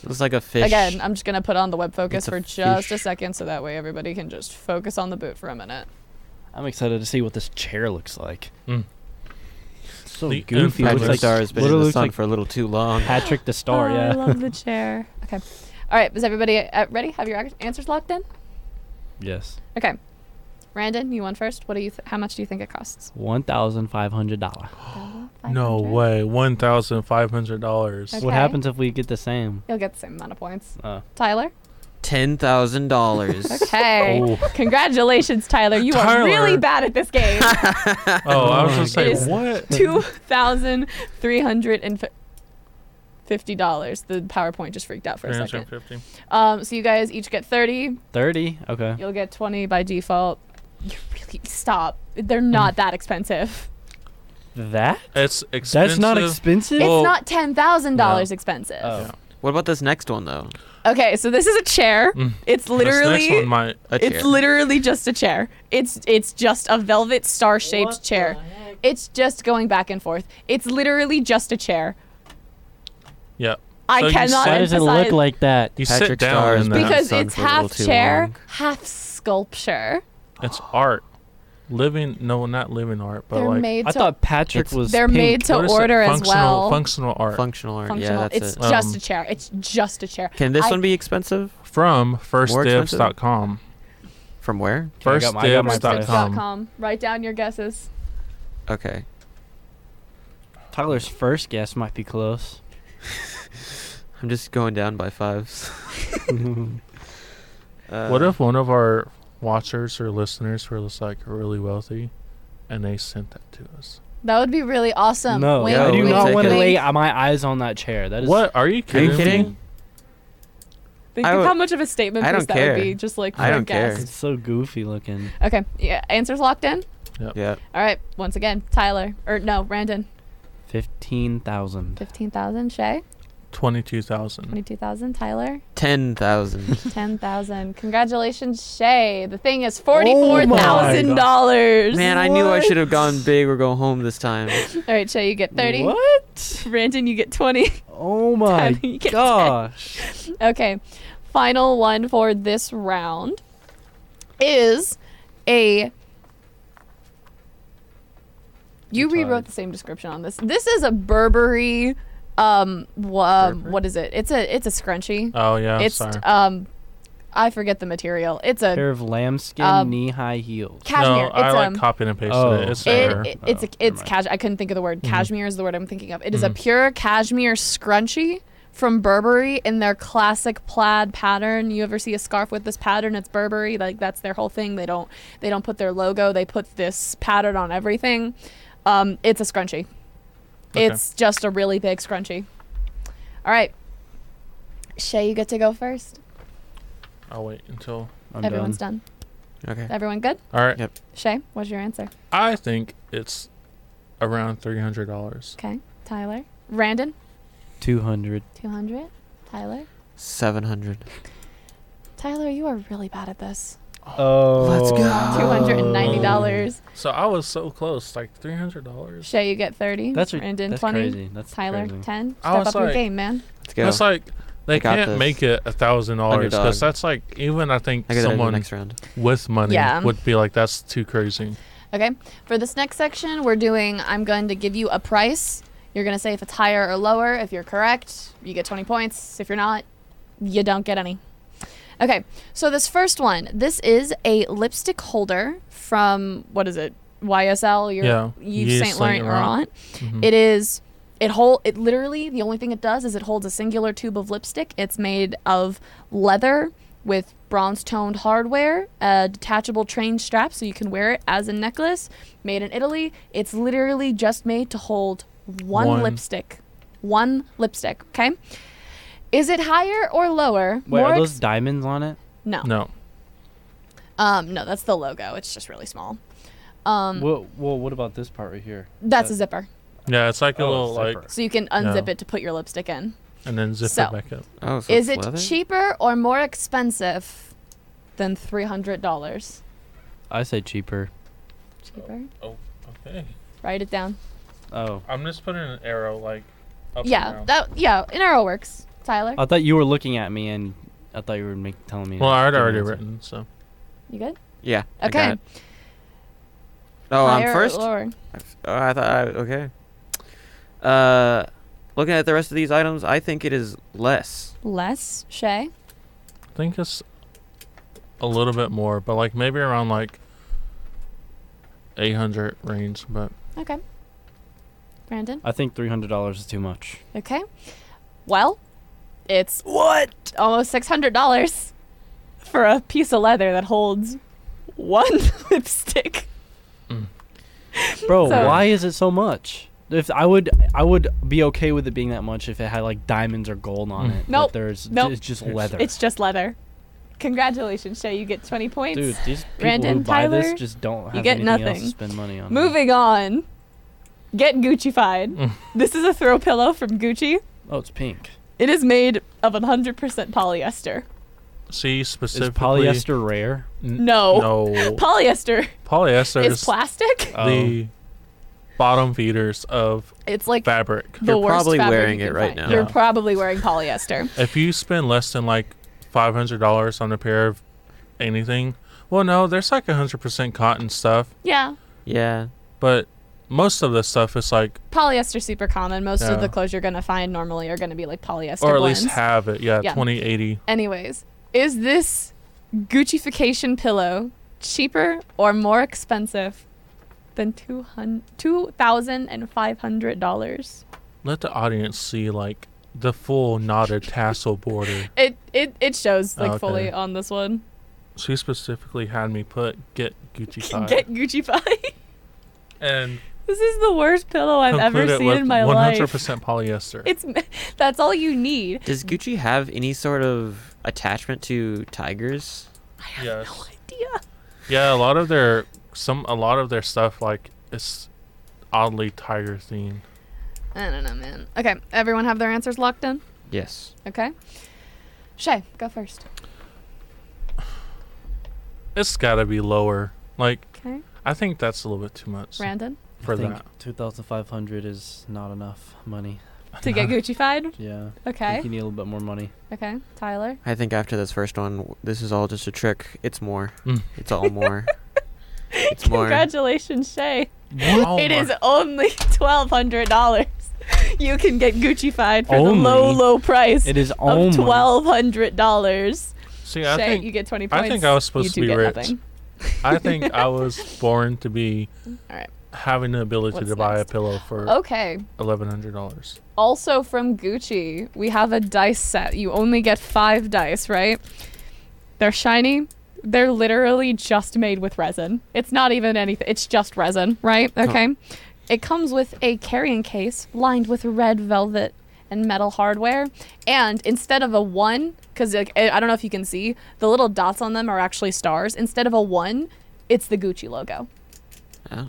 Speaker 2: It looks like a fish.
Speaker 1: Again, I'm just going to put on the web focus
Speaker 2: It's a
Speaker 1: for just a
Speaker 2: fish.
Speaker 1: second so that way everybody can just focus on the boot for a minute.
Speaker 3: I'm excited to see what this chair looks like.
Speaker 4: Mm.
Speaker 3: So
Speaker 4: The
Speaker 3: goofy. It
Speaker 2: Patrick
Speaker 4: infamous-
Speaker 3: looks like
Speaker 2: Star has been in
Speaker 3: literally
Speaker 2: the
Speaker 3: looks
Speaker 2: sun
Speaker 3: like
Speaker 2: for a little too long.
Speaker 3: Patrick the Star.
Speaker 1: Oh, I
Speaker 3: yeah.
Speaker 1: love the chair. Okay. All right, is everybody uh, ready? Have your ac- answers locked in?
Speaker 3: Yes.
Speaker 1: Okay. Randon, you won first. What do you th- how much do you think it costs?
Speaker 3: One thousand five hundred dollars.
Speaker 4: no
Speaker 1: 500?
Speaker 4: way. One thousand five hundred dollars.
Speaker 1: Okay.
Speaker 3: What happens if we get the same?
Speaker 1: You'll get the same amount of points.
Speaker 3: Uh,
Speaker 1: Tyler?
Speaker 2: $10,000.
Speaker 1: Okay. Congratulations, Tyler. You are really
Speaker 4: Oh. Tyler.
Speaker 1: bad at this game.
Speaker 4: Oh, I was just
Speaker 1: my
Speaker 4: saying
Speaker 1: goodness.
Speaker 4: what?
Speaker 1: two thousand three hundred and fifty dollars. The PowerPoint just freaked out for a second.
Speaker 4: 350.
Speaker 1: Um, so you guys each get thirty.
Speaker 3: Thirty. Okay.
Speaker 1: You'll get twenty by default. You really stop. They're
Speaker 4: Mm.
Speaker 1: not that expensive.
Speaker 3: That?
Speaker 4: It's
Speaker 3: That's
Speaker 4: expensive.
Speaker 3: not expensive.
Speaker 4: Well-
Speaker 1: it's not ten thousand dollars
Speaker 4: No.
Speaker 1: expensive.
Speaker 3: Oh.
Speaker 2: what about this next one, though?
Speaker 1: Okay, so this is a chair.
Speaker 4: Mm.
Speaker 1: It's
Speaker 4: This next one
Speaker 1: literally.
Speaker 4: might.
Speaker 2: A
Speaker 1: It's
Speaker 2: chair.
Speaker 1: literally just a chair. It's it's just a velvet star-shaped
Speaker 3: What the
Speaker 1: chair.
Speaker 3: heck?
Speaker 1: It's just going back and forth. It's literally just a chair.
Speaker 4: Yeah.
Speaker 1: I
Speaker 4: So you
Speaker 1: cannot
Speaker 4: said-
Speaker 3: Why does it
Speaker 1: emphasize
Speaker 3: look like that?
Speaker 4: You sit
Speaker 2: Patrick
Speaker 4: down
Speaker 2: Star is
Speaker 4: in that.
Speaker 2: being-
Speaker 1: because
Speaker 2: sun
Speaker 1: it's
Speaker 2: for a little
Speaker 1: half
Speaker 2: too
Speaker 1: chair,
Speaker 2: long.
Speaker 1: half sculpture.
Speaker 4: it's art. Living, no, not living art, but
Speaker 1: they're
Speaker 4: like
Speaker 1: made
Speaker 3: I
Speaker 1: to
Speaker 3: thought Patrick
Speaker 2: It's-
Speaker 3: was.
Speaker 1: they're
Speaker 3: pink.
Speaker 1: made to
Speaker 4: what is it?
Speaker 1: order as
Speaker 4: Functional-
Speaker 1: well.
Speaker 4: Functional art
Speaker 2: Functional art.
Speaker 1: Functional.
Speaker 2: Yeah, that's
Speaker 1: it's
Speaker 2: it.
Speaker 4: it.
Speaker 1: just
Speaker 4: Um,
Speaker 1: a chair. It's just a chair.
Speaker 2: Can this
Speaker 1: I-
Speaker 2: one be expensive?
Speaker 4: from
Speaker 2: expensive?
Speaker 4: firstdibs.com.
Speaker 2: From where?
Speaker 3: Okay, I got my- I got my
Speaker 4: Firstdibs.com.
Speaker 3: price.
Speaker 1: Dot com. Write down your guesses.
Speaker 2: Okay.
Speaker 3: Tyler's first guess might be close.
Speaker 2: I'm just going down by fives. Uh,
Speaker 4: What if one of our watchers or listeners were just like really wealthy and they sent that to us?
Speaker 1: That would be really awesome.
Speaker 3: no,
Speaker 1: Wait,
Speaker 3: I
Speaker 2: Yeah,
Speaker 3: do
Speaker 2: we'll
Speaker 3: not
Speaker 2: take
Speaker 3: want to
Speaker 2: it.
Speaker 3: lay uh, my eyes on that chair. That is
Speaker 4: What? Are you
Speaker 2: Are
Speaker 4: kidding?
Speaker 2: you
Speaker 4: Me?
Speaker 2: kidding?
Speaker 1: Think
Speaker 2: I
Speaker 1: of
Speaker 2: would-
Speaker 1: how much of a statement
Speaker 2: I
Speaker 1: piece
Speaker 2: don't
Speaker 1: that would
Speaker 2: care.
Speaker 1: be. Just like for
Speaker 2: I
Speaker 1: a
Speaker 2: don't
Speaker 1: guess.
Speaker 3: It's so goofy looking.
Speaker 1: Okay. Yeah. Answers locked in.
Speaker 2: Yeah.
Speaker 1: All right. Once again, Tyler or no, Brandon.
Speaker 3: Fifteen thousand.
Speaker 1: Fifteen thousand. Shay.
Speaker 4: Twenty-two thousand.
Speaker 1: 22,000, Tyler?
Speaker 2: Ten thousand.
Speaker 1: 10,000. Congratulations, Shay. The thing is $44,000.
Speaker 2: Man, I knew I
Speaker 3: What?
Speaker 2: should have gone big or go home this time.
Speaker 1: All right, Shay, you get 30.
Speaker 3: What?
Speaker 1: Brandon, you get 20.
Speaker 3: Oh my
Speaker 1: Tyler, you get
Speaker 3: gosh.
Speaker 1: Okay. Final one for this round is a. You
Speaker 3: I'm tired.
Speaker 1: rewrote the same description on this. This is a Burberry. Um, wha- um,
Speaker 4: Burberry?
Speaker 1: what is it? It's a it's a scrunchie.
Speaker 4: Oh yeah,
Speaker 1: it's
Speaker 4: sorry.
Speaker 1: um, I forget the material. It's a
Speaker 3: pair of lambskin
Speaker 1: Um,
Speaker 3: knee-high heels.
Speaker 1: cashmere.
Speaker 4: no, I
Speaker 1: it's
Speaker 4: like
Speaker 1: um,
Speaker 4: copying and pasting
Speaker 3: Oh.
Speaker 4: it. It's
Speaker 1: it-
Speaker 4: there.
Speaker 1: it- it's a,
Speaker 3: Oh, never
Speaker 1: it's
Speaker 3: mind. Mm-hmm.
Speaker 1: cash. I couldn't think of the word. Cashmere is the word I'm thinking of. It is a pure cashmere scrunchie from Burberry in their classic plaid pattern. You ever see a scarf with this pattern? It's Burberry. Like that's their whole thing. They don't they don't put their logo. They put this pattern on everything. Um, it's a scrunchie.
Speaker 4: Okay.
Speaker 1: It's just a really big scrunchie. All right, Shay, you get to go first.
Speaker 4: I'll wait until.
Speaker 3: I'm
Speaker 1: Everyone's done.
Speaker 2: Okay.
Speaker 1: Everyone good?
Speaker 4: All right.
Speaker 2: Yep.
Speaker 1: Shay, what's your answer?
Speaker 4: I think it's around three hundred dollars.
Speaker 1: Okay, Tyler, Randon,
Speaker 3: Two hundred.
Speaker 1: two hundred, Tyler.
Speaker 2: Seven hundred.
Speaker 1: Tyler, you are really bad at this.
Speaker 3: Oh,
Speaker 2: Let's go.
Speaker 1: Two hundred and ninety dollars.
Speaker 4: So I was so close, like three hundred dollars.
Speaker 1: Shay, you get thirty.
Speaker 3: That's, re-
Speaker 1: Brandon
Speaker 3: that's
Speaker 1: twenty.
Speaker 3: crazy. That's
Speaker 1: Tyler
Speaker 3: crazy.
Speaker 1: ten. Step
Speaker 4: I
Speaker 1: up
Speaker 4: was
Speaker 1: your
Speaker 4: like-
Speaker 1: game, man.
Speaker 2: Let's go.
Speaker 4: That's like they
Speaker 2: I got
Speaker 4: can't
Speaker 2: this.
Speaker 4: make it a thousand dollars
Speaker 2: Underdog.
Speaker 4: because that's like even I think
Speaker 2: I got it in the
Speaker 4: someone
Speaker 2: next round.
Speaker 4: with money
Speaker 1: Yeah.
Speaker 4: would be like that's too crazy.
Speaker 1: Okay. For this next section, we're doing. I'm going to give you a price. You're gonna say if it's higher or lower. If you're correct, you get twenty points. If you're not, you don't get any. Okay. So this first one. This is a lipstick holder from what is it? YSL. Your
Speaker 4: Yeah,
Speaker 1: Yves
Speaker 4: Yves
Speaker 1: Saint Laurent.
Speaker 4: Saint Laurent. Mhm.
Speaker 1: It is. It hold. It literally. The only thing it does is it holds a singular tube of lipstick. It's made of leather with bronze toned hardware, a detachable train strap, so you can wear it as a necklace. Made in Italy. It's literally just made to hold one,
Speaker 4: One.
Speaker 1: lipstick. One lipstick. Okay. Is it higher or lower?
Speaker 3: Wait, are
Speaker 1: ex-
Speaker 3: those diamonds on it?
Speaker 1: no.
Speaker 4: No,
Speaker 1: Um. No, that's the logo. It's just really small. Um.
Speaker 3: Whoa, whoa, what about this part right here?
Speaker 1: that's a
Speaker 3: that-
Speaker 1: zipper,
Speaker 4: yeah, it's like a
Speaker 3: Oh,
Speaker 4: little like
Speaker 3: zipper.
Speaker 1: so you can unzip
Speaker 4: No.
Speaker 1: it to put your lipstick in.
Speaker 4: and then zip
Speaker 1: So.
Speaker 4: it back up.
Speaker 2: Oh, so
Speaker 1: Is
Speaker 2: it's
Speaker 1: it
Speaker 2: leather?
Speaker 1: cheaper or more expensive than three hundred dollars?
Speaker 3: I say cheaper.
Speaker 1: Cheaper.
Speaker 4: Okay,
Speaker 1: Write it down.
Speaker 3: Oh.
Speaker 4: I'm just putting an arrow like. Up
Speaker 1: yeah, that yeah, in arrow works. Tyler,
Speaker 3: I thought you were looking at me and I thought you were make, telling me.
Speaker 4: well, I had
Speaker 3: give an
Speaker 4: already
Speaker 3: answer.
Speaker 4: written, so
Speaker 1: you good?
Speaker 2: Yeah. I
Speaker 1: Okay.
Speaker 2: got it. Oh, I'm
Speaker 1: Higher or
Speaker 2: first.
Speaker 1: lower?
Speaker 2: Oh, I thought I okay. Uh, looking at the rest of these items, I think it is less.
Speaker 1: Less. Shay.
Speaker 4: I think it's a little bit more, but like maybe around like eight hundred range. But
Speaker 1: Okay. Brandon.
Speaker 3: I think three hundred dollars is too much.
Speaker 1: Okay. Well, it's what almost six hundred dollars for a piece of leather that holds one lipstick.
Speaker 3: Bro,
Speaker 1: So-
Speaker 3: why is it so much? If I would, I would be okay with it being that much if it had like diamonds or gold on
Speaker 4: Mm.
Speaker 3: it. but
Speaker 1: Nope.
Speaker 3: There's
Speaker 1: Nope.
Speaker 3: it's just leather.
Speaker 1: It's just leather. Congratulations, Shay. You get twenty points.
Speaker 3: Dude, these people
Speaker 1: Brandon,
Speaker 3: who buy
Speaker 1: Tyler,
Speaker 3: this just don't have
Speaker 1: get
Speaker 3: anything else
Speaker 1: nothing.
Speaker 3: to spend money on.
Speaker 1: Moving on. Get Gucci-fied.
Speaker 4: Mm.
Speaker 1: this is a throw pillow from Gucci.
Speaker 3: Oh, it's pink.
Speaker 1: It is made of 100% polyester.
Speaker 4: see
Speaker 3: Is
Speaker 4: specifically
Speaker 3: polyester rare?
Speaker 4: N-
Speaker 1: No.
Speaker 4: no
Speaker 1: Polyester
Speaker 4: polyester
Speaker 1: is
Speaker 4: is
Speaker 1: plastic.
Speaker 4: the bottom feeders of
Speaker 1: It's like
Speaker 4: fabric.
Speaker 1: the
Speaker 2: You're
Speaker 1: worst
Speaker 2: probably
Speaker 1: fabric
Speaker 2: wearing
Speaker 1: you
Speaker 2: it
Speaker 1: can
Speaker 2: right
Speaker 1: find.
Speaker 2: now.
Speaker 1: You're
Speaker 4: Yeah.
Speaker 1: probably wearing polyester.
Speaker 4: If you spend less than like five hundred dollars on a pair of anything, well, no, there's like hundred percent cotton stuff,
Speaker 1: Yeah.
Speaker 2: Yeah.
Speaker 4: but most of the stuff is like,
Speaker 1: Polyester super common. Most of
Speaker 4: Yeah.
Speaker 1: the clothes you're going to find normally are going to be like polyester
Speaker 4: or at
Speaker 1: blends.
Speaker 4: least have it. Yeah,
Speaker 1: Yeah.
Speaker 4: twenty eighty.
Speaker 1: Anyways, is this Guccification pillow cheaper or more expensive than two hun- $2,500?
Speaker 4: Let the audience see like the full knotted tassel border.
Speaker 1: It, it, it shows like
Speaker 4: Oh, Okay.
Speaker 1: fully on this one.
Speaker 4: She specifically had me put get Gucci five
Speaker 1: Get Gucci
Speaker 4: and
Speaker 1: This is the worst pillow I've ever
Speaker 4: conclude it
Speaker 1: seen
Speaker 4: with
Speaker 1: in my
Speaker 4: one hundred
Speaker 1: life.
Speaker 4: percent polyester.
Speaker 1: It's that's all you need.
Speaker 2: Does Gucci have any sort of attachment to tigers?
Speaker 4: yes.
Speaker 1: No idea.
Speaker 4: Yeah, a lot of their some a lot of their stuff like is oddly tiger themed.
Speaker 1: I don't know, man. Okay, everyone have their answers locked in.
Speaker 2: Yes.
Speaker 1: Okay. Shay, go first.
Speaker 4: It's got to be lower. Like
Speaker 1: Okay.
Speaker 4: I think that's a little bit too much
Speaker 1: Randon
Speaker 4: for
Speaker 3: I think
Speaker 4: that.
Speaker 3: 2500 is not enough money.
Speaker 1: to get Gucci fied.
Speaker 3: Yeah. I think
Speaker 1: Okay.
Speaker 3: you need a little bit more money.
Speaker 1: Okay. Tyler.
Speaker 2: I think after this first one, w- this is all just a trick. It's more.
Speaker 4: Mm.
Speaker 2: It's all more. it's more.
Speaker 1: Congratulations, Shay.
Speaker 4: Oh
Speaker 1: it
Speaker 4: my-
Speaker 1: is only twelve hundred dollars. You can get Gucci fied for
Speaker 3: Only?
Speaker 1: the low, low price
Speaker 3: It is
Speaker 1: of
Speaker 3: almost
Speaker 1: twelve hundred dollars.
Speaker 4: See, I
Speaker 1: Shay,
Speaker 4: think
Speaker 1: you get twenty
Speaker 4: I
Speaker 1: points.
Speaker 4: think I was supposed
Speaker 1: you
Speaker 4: to
Speaker 1: two
Speaker 4: be
Speaker 1: get
Speaker 4: rich.
Speaker 1: Nothing.
Speaker 4: I think I was born to be
Speaker 1: Alright.
Speaker 4: having the ability
Speaker 1: What's
Speaker 4: to buy
Speaker 1: next? Oh.
Speaker 4: a pillow for
Speaker 1: Okay.
Speaker 4: eleven hundred dollars.
Speaker 1: Also from Gucci, we have a dice set. You only get five dice, right? They're shiny. They're literally just made with resin. It's not even anything. It's just resin, right?
Speaker 4: Oh.
Speaker 1: Okay. It comes with a carrying case lined with red velvet and metal hardware. And instead of a one, because like, I I don't know if you can see, the little dots on them are actually stars. Instead of a one, it's the Gucci logo.
Speaker 2: Oh.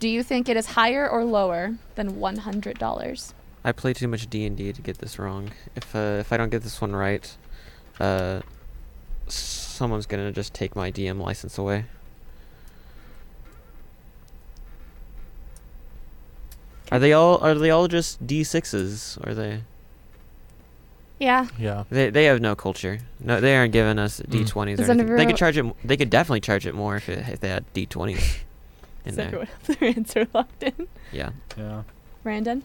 Speaker 1: Do you think it is higher or lower than one hundred dollars?
Speaker 2: I play too much D and D to get this wrong. If uh, if I don't get this one right, uh, someone's gonna just take my DM license away. Are they all? Are they all just D sixes? Are they?
Speaker 1: Yeah.
Speaker 4: Yeah.
Speaker 2: They they have no culture. No, they aren't giving us D twenties.
Speaker 1: Does
Speaker 2: or anything. They
Speaker 1: anyone-
Speaker 2: could charge it. m- They could definitely charge it more if, it, if they had D twenties. in
Speaker 1: Does
Speaker 2: there.
Speaker 1: everyone have their answer locked in?
Speaker 2: Yeah.
Speaker 3: Yeah.
Speaker 1: Randon?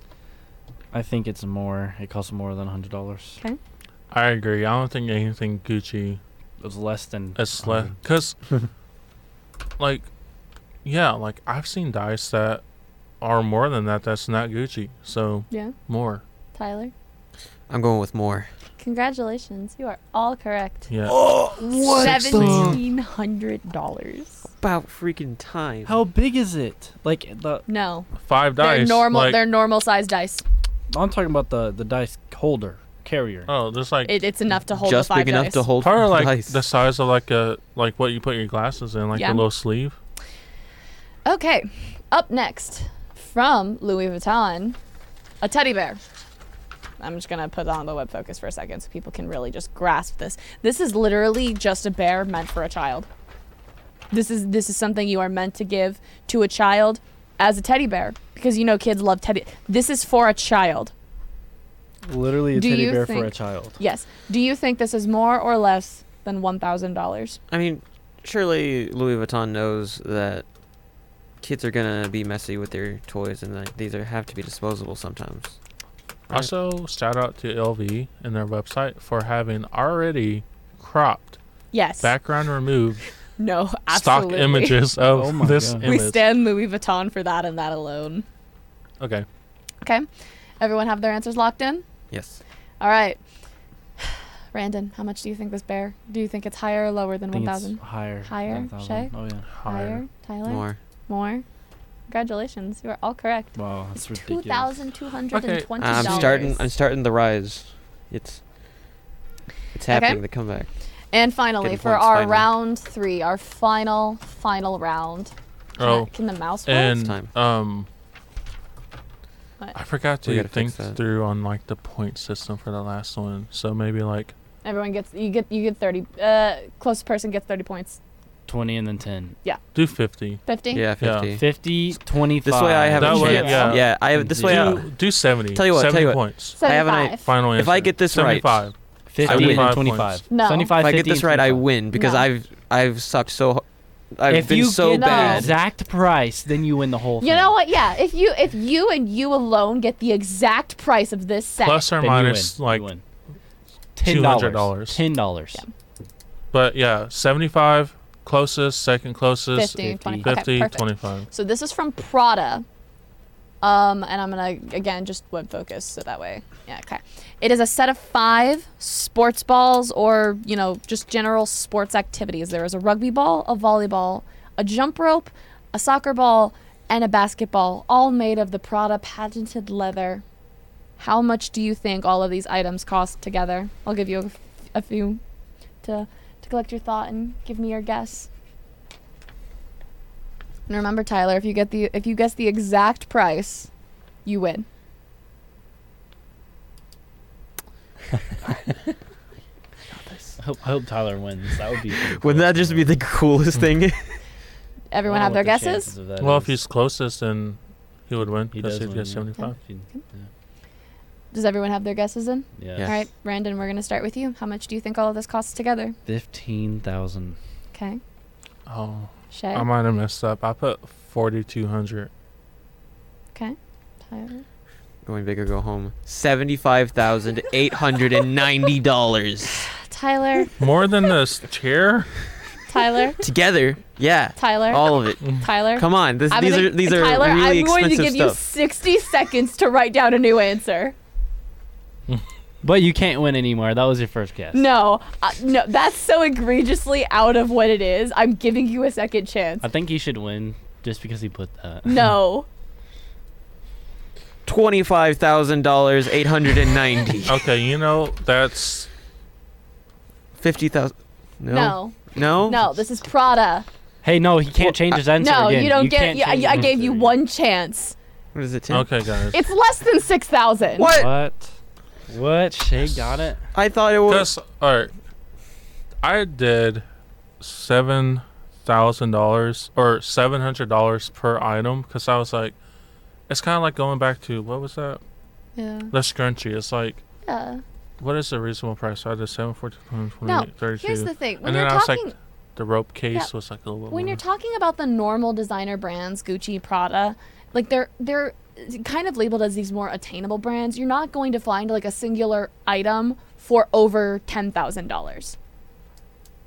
Speaker 3: I think it's more. It costs more than $100.
Speaker 4: I agree. I don't think anything Gucci
Speaker 3: It's less than
Speaker 4: is less
Speaker 3: 100.
Speaker 4: because, like, yeah, like I've seen dice that are more than that. That's not Gucci. So
Speaker 1: Yeah.
Speaker 4: more.
Speaker 1: Tyler?
Speaker 2: I'm going with more.
Speaker 1: Congratulations. You are all correct.
Speaker 4: Yeah.
Speaker 3: Oh,
Speaker 1: $1,700.
Speaker 2: About freaking time.
Speaker 3: How big is it? Like the
Speaker 1: No.
Speaker 4: Five dice.
Speaker 1: they're normal
Speaker 4: Like,
Speaker 1: they're normal sized dice.
Speaker 3: I'm talking about the the dice holder carrier.
Speaker 4: oh, just like
Speaker 1: It, it's enough to hold
Speaker 2: just
Speaker 1: the five
Speaker 2: big enough
Speaker 1: dice.
Speaker 2: to hold
Speaker 4: probably like
Speaker 2: dice.
Speaker 4: the size of like a like what you put your glasses in, like
Speaker 1: Yeah.
Speaker 4: a little sleeve.
Speaker 1: okay. Up next from Louis Vuitton, a teddy bear. I'm just gonna put on the web focus for a second so people can really just grasp this. This is literally just a bear meant for a child. This is this is something you are meant to give to a child as a teddy bear because you know kids love teddy. This is for a child.
Speaker 3: Literally a
Speaker 1: Do
Speaker 3: teddy
Speaker 1: you
Speaker 3: bear for a
Speaker 1: think-
Speaker 3: child.
Speaker 1: Yes. Do you think this is more or less than one thousand dollars?
Speaker 2: I mean, surely Louis Vuitton knows that kids are gonna be messy with their toys, and that these are have to be disposable sometimes. Right.
Speaker 4: Also, shout out to LV and their website for having already cropped
Speaker 1: Yes.
Speaker 4: background removed
Speaker 1: no.
Speaker 4: stock
Speaker 1: Absolutely.
Speaker 4: images of
Speaker 3: Oh my
Speaker 4: this
Speaker 3: God.
Speaker 1: We
Speaker 4: image.
Speaker 1: stand Louis Vuitton for that and that alone.
Speaker 4: okay.
Speaker 1: Okay. Everyone have their answers locked in?
Speaker 2: Yes.
Speaker 1: All right. Randon, how much do you think this bear? Do you think it's higher or lower than
Speaker 3: I think it's
Speaker 1: 1,000?
Speaker 3: higher.
Speaker 1: Higher,
Speaker 3: than 1,000.
Speaker 1: Shay?
Speaker 3: Oh yeah.
Speaker 4: Higher.
Speaker 1: Tyler?
Speaker 2: More.
Speaker 1: More? Congratulations. You are all correct.
Speaker 3: Wow, that's
Speaker 1: it's
Speaker 3: ridiculous.
Speaker 1: $2,220.
Speaker 4: Okay.
Speaker 2: I'm starting. I'm starting the rise. It's it's
Speaker 1: Okay.
Speaker 2: happening. The comeback.
Speaker 1: and finally,
Speaker 2: Getting
Speaker 1: for
Speaker 2: points,
Speaker 1: our
Speaker 2: finally.
Speaker 1: round three, our final, final round. Can I-
Speaker 4: Oh,
Speaker 1: Can the mouse roll?
Speaker 4: and
Speaker 2: time.
Speaker 4: um,
Speaker 1: What?
Speaker 4: I forgot
Speaker 2: We
Speaker 4: to
Speaker 2: gotta
Speaker 4: think
Speaker 2: fix that.
Speaker 4: through on like the point system for the last one. So maybe like
Speaker 1: Everyone gets, you get, you get 30, uh, closest person gets 30 points.
Speaker 3: Twenty and then ten.
Speaker 4: do fifty.
Speaker 1: 50?
Speaker 2: Yeah, fifty.
Speaker 3: Fifty, twenty-five.
Speaker 2: This way I have
Speaker 4: That
Speaker 2: a
Speaker 4: way,
Speaker 2: chance.
Speaker 4: yeah.
Speaker 2: yeah. I have this way.
Speaker 4: do,
Speaker 2: I,
Speaker 4: do seventy.
Speaker 2: Tell you what, tell
Speaker 4: Seventy
Speaker 2: you what.
Speaker 4: points.
Speaker 2: I have an
Speaker 1: 75.
Speaker 4: Final answer.
Speaker 2: If I get this right,
Speaker 4: seventy-five.
Speaker 2: I
Speaker 3: Fifty
Speaker 2: win.
Speaker 3: and then
Speaker 4: 25
Speaker 3: twenty-five.
Speaker 1: No.
Speaker 3: Seventy-five.
Speaker 2: if I get
Speaker 3: 50,
Speaker 2: this right, I
Speaker 3: 25.
Speaker 2: win because
Speaker 1: No.
Speaker 2: I've I've sucked so. h- I've
Speaker 3: if
Speaker 2: been
Speaker 3: you
Speaker 2: so
Speaker 3: get the
Speaker 1: No.
Speaker 2: bad.
Speaker 3: exact price, then you win the whole thing.
Speaker 1: You know what? Yeah, if you if you and you alone get the exact price of this set,
Speaker 4: Plus or
Speaker 3: Then you
Speaker 4: minus
Speaker 3: win. You
Speaker 4: like,
Speaker 3: win.
Speaker 4: $200.
Speaker 3: Ten dollars.
Speaker 1: Yeah.
Speaker 4: but yeah, seventy-five closest, second closest,
Speaker 1: 15, 20.
Speaker 4: 50,
Speaker 1: Okay, perfect.
Speaker 4: 25.
Speaker 1: So this is from Prada. Um, and I'm gonna again just web focus so that way. Yeah, okay. It is a set of five sports balls or, you know, just general sports activities. There is a rugby ball, a volleyball, a jump rope, a soccer ball, and a basketball, all made of the Prada patented leather. How much do you think all of these items cost together? I'll give you a, f- a few to to collect your thought and give me your guess. And remember, Tyler, if you get the if you guess the exact price, you win.
Speaker 6: I hope, I hope Tyler wins. That would be. pretty cool.
Speaker 2: Wouldn't that just be the coolest thing?
Speaker 6: I
Speaker 1: Everyone
Speaker 6: wonder
Speaker 1: have their
Speaker 6: what the chances
Speaker 1: guesses?
Speaker 6: of that
Speaker 4: well,
Speaker 6: is.
Speaker 4: if he's closest, then he would win
Speaker 6: He does
Speaker 4: because he'd
Speaker 6: win,
Speaker 4: get
Speaker 6: yeah.
Speaker 4: 75.
Speaker 6: If he-
Speaker 1: Does everyone have their guesses in?
Speaker 6: Yeah.
Speaker 2: Yeah.
Speaker 1: All right, Brandon, we're going to start with you. How much do you think all of this costs together?
Speaker 6: Fifteen thousand.
Speaker 1: Okay.
Speaker 4: Oh,
Speaker 1: Shay.
Speaker 4: I might have messed up. I put 4,200.
Speaker 1: okay. Tyler.
Speaker 2: Going big or go home. Seventy-five thousand eight hundred and ninety dollars
Speaker 1: Tyler.
Speaker 4: More than this chair?
Speaker 1: Tyler.
Speaker 2: together. Yeah,
Speaker 1: Tyler.
Speaker 2: all of it.
Speaker 1: Tyler.
Speaker 2: Come on, this,
Speaker 1: I'm
Speaker 2: these
Speaker 1: gonna-
Speaker 2: are these are
Speaker 1: Tyler,
Speaker 2: really
Speaker 1: I'm going to
Speaker 2: expensive
Speaker 1: give you
Speaker 2: stuff.
Speaker 1: 60 seconds to write down a new answer.
Speaker 6: But you can't win anymore. That was your first guess.
Speaker 1: No, uh, no, that's so egregiously out of what it is. I'm giving you a second chance.
Speaker 6: I think he should win just because he put that.
Speaker 1: No,
Speaker 2: Twenty-five thousand dollars eight hundred and ninety.
Speaker 4: Okay, you know, that's.
Speaker 2: Fifty thousand. No.
Speaker 1: no,
Speaker 2: No.
Speaker 1: no. This is Prada.
Speaker 6: Hey, no, he can't
Speaker 2: Well,
Speaker 6: change his answer
Speaker 1: no,
Speaker 6: again.
Speaker 1: you don't get.
Speaker 6: can't
Speaker 1: Yeah,
Speaker 6: change
Speaker 1: I, I
Speaker 6: his
Speaker 1: gave you
Speaker 6: answer
Speaker 1: one chance.
Speaker 2: What is it? Tim?
Speaker 4: Okay, guys.
Speaker 1: It's less than six thousand.
Speaker 6: again.
Speaker 2: What?
Speaker 6: What? What? Shay got it.
Speaker 2: I thought it was.
Speaker 4: Because, all right, I did seven thousand dollars or seven hundred dollars per item because I was like, it's kind of like going back to what was that?
Speaker 1: Yeah.
Speaker 4: The scrunchie. It's like,
Speaker 1: yeah.
Speaker 4: what is a reasonable price? I did seven forty
Speaker 1: No,
Speaker 4: thirty
Speaker 1: Here's the
Speaker 4: two.
Speaker 1: thing. When
Speaker 4: And
Speaker 1: you're
Speaker 4: then I was like,
Speaker 1: talking,
Speaker 4: the rope case was like a little bit
Speaker 1: when
Speaker 4: more.
Speaker 1: you're talking about the normal designer brands, Gucci, Prada, like they're they're kind of labeled as these more attainable brands. You're not going to find like a singular item for over ten thousand dollars.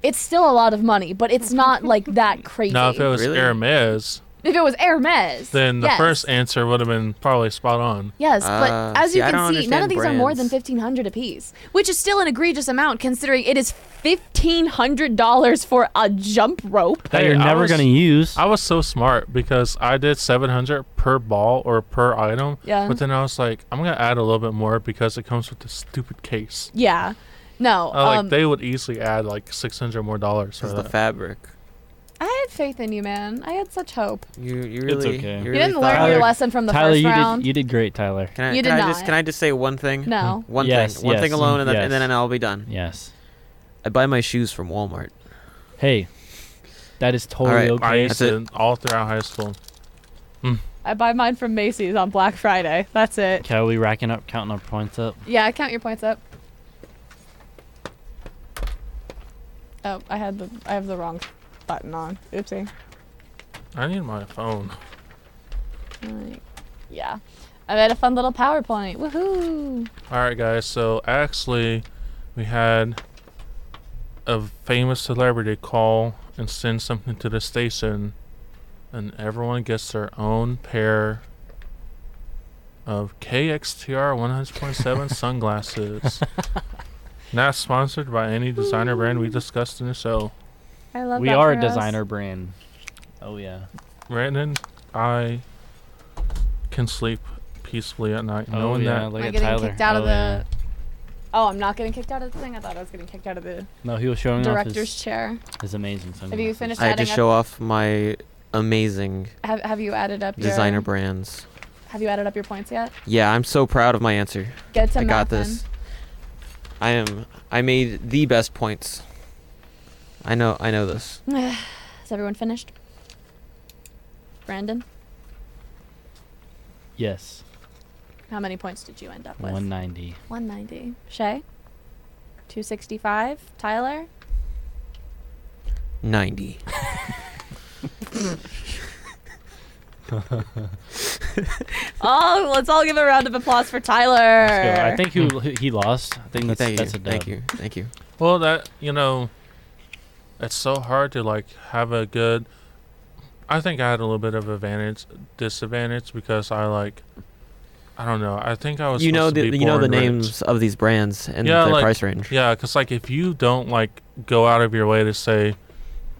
Speaker 1: It's still a lot of money, but it's not like that crazy.
Speaker 4: now, if it was
Speaker 2: Really?
Speaker 4: Hermes,
Speaker 1: If it was Hermes,
Speaker 4: then the
Speaker 1: yes.
Speaker 4: first answer would have been probably spot on.
Speaker 1: Yes,
Speaker 2: Ah,
Speaker 1: but as
Speaker 2: see,
Speaker 1: you
Speaker 2: I
Speaker 1: can
Speaker 2: don't
Speaker 1: see, none of
Speaker 2: understand
Speaker 1: these are more than
Speaker 2: brands.
Speaker 1: fifteen hundred apiece, which is still an egregious amount considering it is fifteen hundred dollars for a jump rope.
Speaker 6: That
Speaker 4: Hey,
Speaker 6: you're
Speaker 4: I
Speaker 6: never
Speaker 4: was-
Speaker 6: gonna use.
Speaker 4: I was so smart because I did 700 per ball or per item.
Speaker 1: Yeah.
Speaker 4: But then I was like, I'm gonna add a little bit more because it comes with the stupid case.
Speaker 1: Yeah, no.
Speaker 4: I, Oh, like
Speaker 1: um,
Speaker 4: they would easily add like 600 more dollars for
Speaker 2: It's the
Speaker 6: uh,
Speaker 4: that.
Speaker 2: fabric.
Speaker 1: I had faith in you, man. I had such hope.
Speaker 2: You you
Speaker 6: It's
Speaker 2: really.
Speaker 6: okay. You
Speaker 2: You, really
Speaker 1: you didn't
Speaker 2: thought
Speaker 1: learn
Speaker 2: I
Speaker 1: your
Speaker 6: Tyler-
Speaker 2: would-
Speaker 1: lesson from the
Speaker 6: Tyler,
Speaker 1: first
Speaker 6: you
Speaker 1: round.
Speaker 6: did you did great, Tyler.
Speaker 2: Can I,
Speaker 1: You
Speaker 2: can
Speaker 1: did
Speaker 2: I just
Speaker 1: not.
Speaker 2: can I just say one thing?
Speaker 1: no.
Speaker 2: One
Speaker 6: Yes,
Speaker 2: thing. One thing
Speaker 6: yes,
Speaker 2: alone, and, then
Speaker 6: yes.
Speaker 2: and then I'll be done.
Speaker 6: Yes.
Speaker 2: I buy my shoes from Walmart.
Speaker 6: Hey, that is totally
Speaker 2: All right.
Speaker 4: I
Speaker 6: okay.
Speaker 4: used to all throughout high school.
Speaker 1: I buy mine from Macy's on Black Friday. That's it.
Speaker 6: Okay, are we racking up, counting our points up?
Speaker 1: Yeah, count your points up. Oh, I had the I have the wrong button on. Oopsie.
Speaker 4: I need my phone.
Speaker 1: Like, yeah. I made a fun little PowerPoint. Woohoo!
Speaker 4: All right, guys. So actually, we had a famous celebrity call and send something to the station, and everyone gets their own pair of KXTR 100.7 sunglasses. Not sponsored by any designer brand we discussed in the show.
Speaker 1: I love
Speaker 6: we
Speaker 1: that
Speaker 6: are
Speaker 1: for
Speaker 6: a
Speaker 1: us.
Speaker 6: designer brand. Oh yeah.
Speaker 4: Brandon, I can sleep peacefully at night
Speaker 6: Oh
Speaker 4: knowing
Speaker 6: yeah.
Speaker 4: that
Speaker 6: Look
Speaker 1: Am I
Speaker 6: at
Speaker 1: getting
Speaker 6: Tyler.
Speaker 1: kicked out
Speaker 6: oh,
Speaker 1: of
Speaker 6: yeah.
Speaker 1: the Oh, I'm not getting kicked out of the thing. I thought I was getting kicked out of the
Speaker 6: No, he was showing off
Speaker 1: director's
Speaker 6: his,
Speaker 1: chair.
Speaker 6: his amazing sunglasses.
Speaker 1: Have you finished
Speaker 2: I
Speaker 1: adding
Speaker 2: just
Speaker 1: up
Speaker 2: show off my amazing
Speaker 1: have, have you added up your
Speaker 2: designer brands.
Speaker 1: Have you added up your points yet?
Speaker 2: Yeah, I'm so proud of my answer.
Speaker 1: Get to
Speaker 2: I
Speaker 1: math
Speaker 2: got
Speaker 1: then.
Speaker 2: this. I am. I made the best points. I know. I know this.
Speaker 1: Is everyone finished? Brandon,
Speaker 6: Yes.
Speaker 1: how many points did you end up with?
Speaker 6: 190.
Speaker 1: 190. Shay? 265. Tyler?
Speaker 2: Ninety.
Speaker 1: Oh, let's all give a round of applause for Tyler.
Speaker 6: Let's go. I think he, he lost. I think that's
Speaker 2: Thank
Speaker 6: that's
Speaker 2: you.
Speaker 6: a dub.
Speaker 2: Thank you. Thank you.
Speaker 4: Well, that you know, it's so hard to like have a good. I think I had a little bit of advantage, disadvantage because I like, I don't know. I think I was.
Speaker 2: You know
Speaker 4: supposed to
Speaker 2: the
Speaker 4: be
Speaker 2: you know the
Speaker 4: born rich.
Speaker 2: names of these brands and
Speaker 4: Yeah,
Speaker 2: their
Speaker 4: like-
Speaker 2: price range.
Speaker 4: Yeah, because like if you don't like go out of your way to say,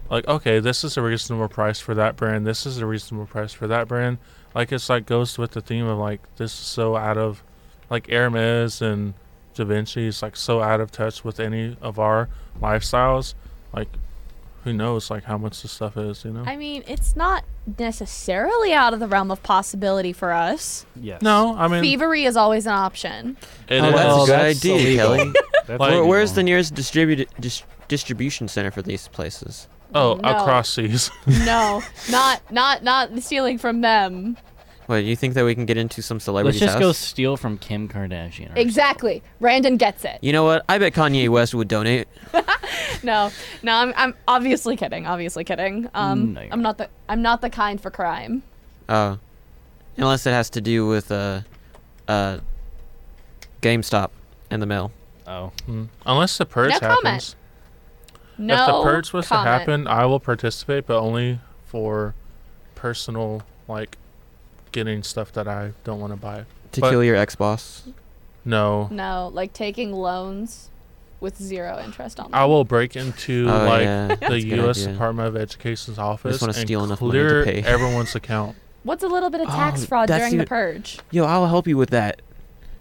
Speaker 4: like okay, this is a reasonable price for that brand. This is a reasonable price for that brand. Like it's like goes with the theme of like this is so out of, like Hermes and Da Vinci is like so out of touch with any of our lifestyles. Like, who knows like how much this stuff is, you know?
Speaker 1: I mean, it's not necessarily out of the realm of possibility for us.
Speaker 6: Yes.
Speaker 4: no, I mean
Speaker 1: Thievery is always an option.
Speaker 4: it
Speaker 2: Oh, that's
Speaker 4: is-
Speaker 6: Well,
Speaker 2: a good
Speaker 6: that's
Speaker 2: idea,
Speaker 6: illegal.
Speaker 2: Kelly.
Speaker 7: That's
Speaker 2: Where,
Speaker 4: Like- uh,
Speaker 7: what you
Speaker 2: where's
Speaker 7: want.
Speaker 2: the nearest distribu- dis- distribution center for these places?
Speaker 4: Oh,
Speaker 1: No.
Speaker 4: across seas.
Speaker 1: no, not not not stealing from them.
Speaker 2: What, you think that we can get into some
Speaker 6: Let's
Speaker 2: celebrity's
Speaker 6: just
Speaker 2: house?
Speaker 6: go steal from Kim Kardashian. or
Speaker 1: Exactly. Brandon gets it.
Speaker 2: you know what? I bet Kanye West would donate.
Speaker 1: No, no, I'm, I'm obviously kidding. Obviously kidding. Um,
Speaker 6: No, you're
Speaker 1: I'm not the I'm not the kind for crime.
Speaker 2: Uh, unless it has to do with uh, uh, GameStop and the mail.
Speaker 6: Oh,
Speaker 4: Mm. Unless the purge
Speaker 1: No
Speaker 4: happens.
Speaker 1: comment. No.
Speaker 4: if the purge was
Speaker 1: comment.
Speaker 4: to happen, I will participate, but only for personal, like, getting stuff that I don't want to buy.
Speaker 2: To
Speaker 4: But-
Speaker 2: kill your ex boss.
Speaker 4: No.
Speaker 1: No, like taking loans with zero interest on them.
Speaker 4: I will break into,
Speaker 2: Oh,
Speaker 4: like,
Speaker 2: yeah, that's
Speaker 4: the
Speaker 2: a good
Speaker 4: U.S.
Speaker 2: idea.
Speaker 4: Department of Education's office
Speaker 2: wanna
Speaker 4: and
Speaker 2: steal enough money to
Speaker 4: clear
Speaker 2: pay.
Speaker 4: everyone's account.
Speaker 1: What's a little bit of tax
Speaker 2: Oh,
Speaker 1: fraud
Speaker 2: that's
Speaker 1: during the
Speaker 2: even-
Speaker 1: purge?
Speaker 2: Yo, I'll help you with that.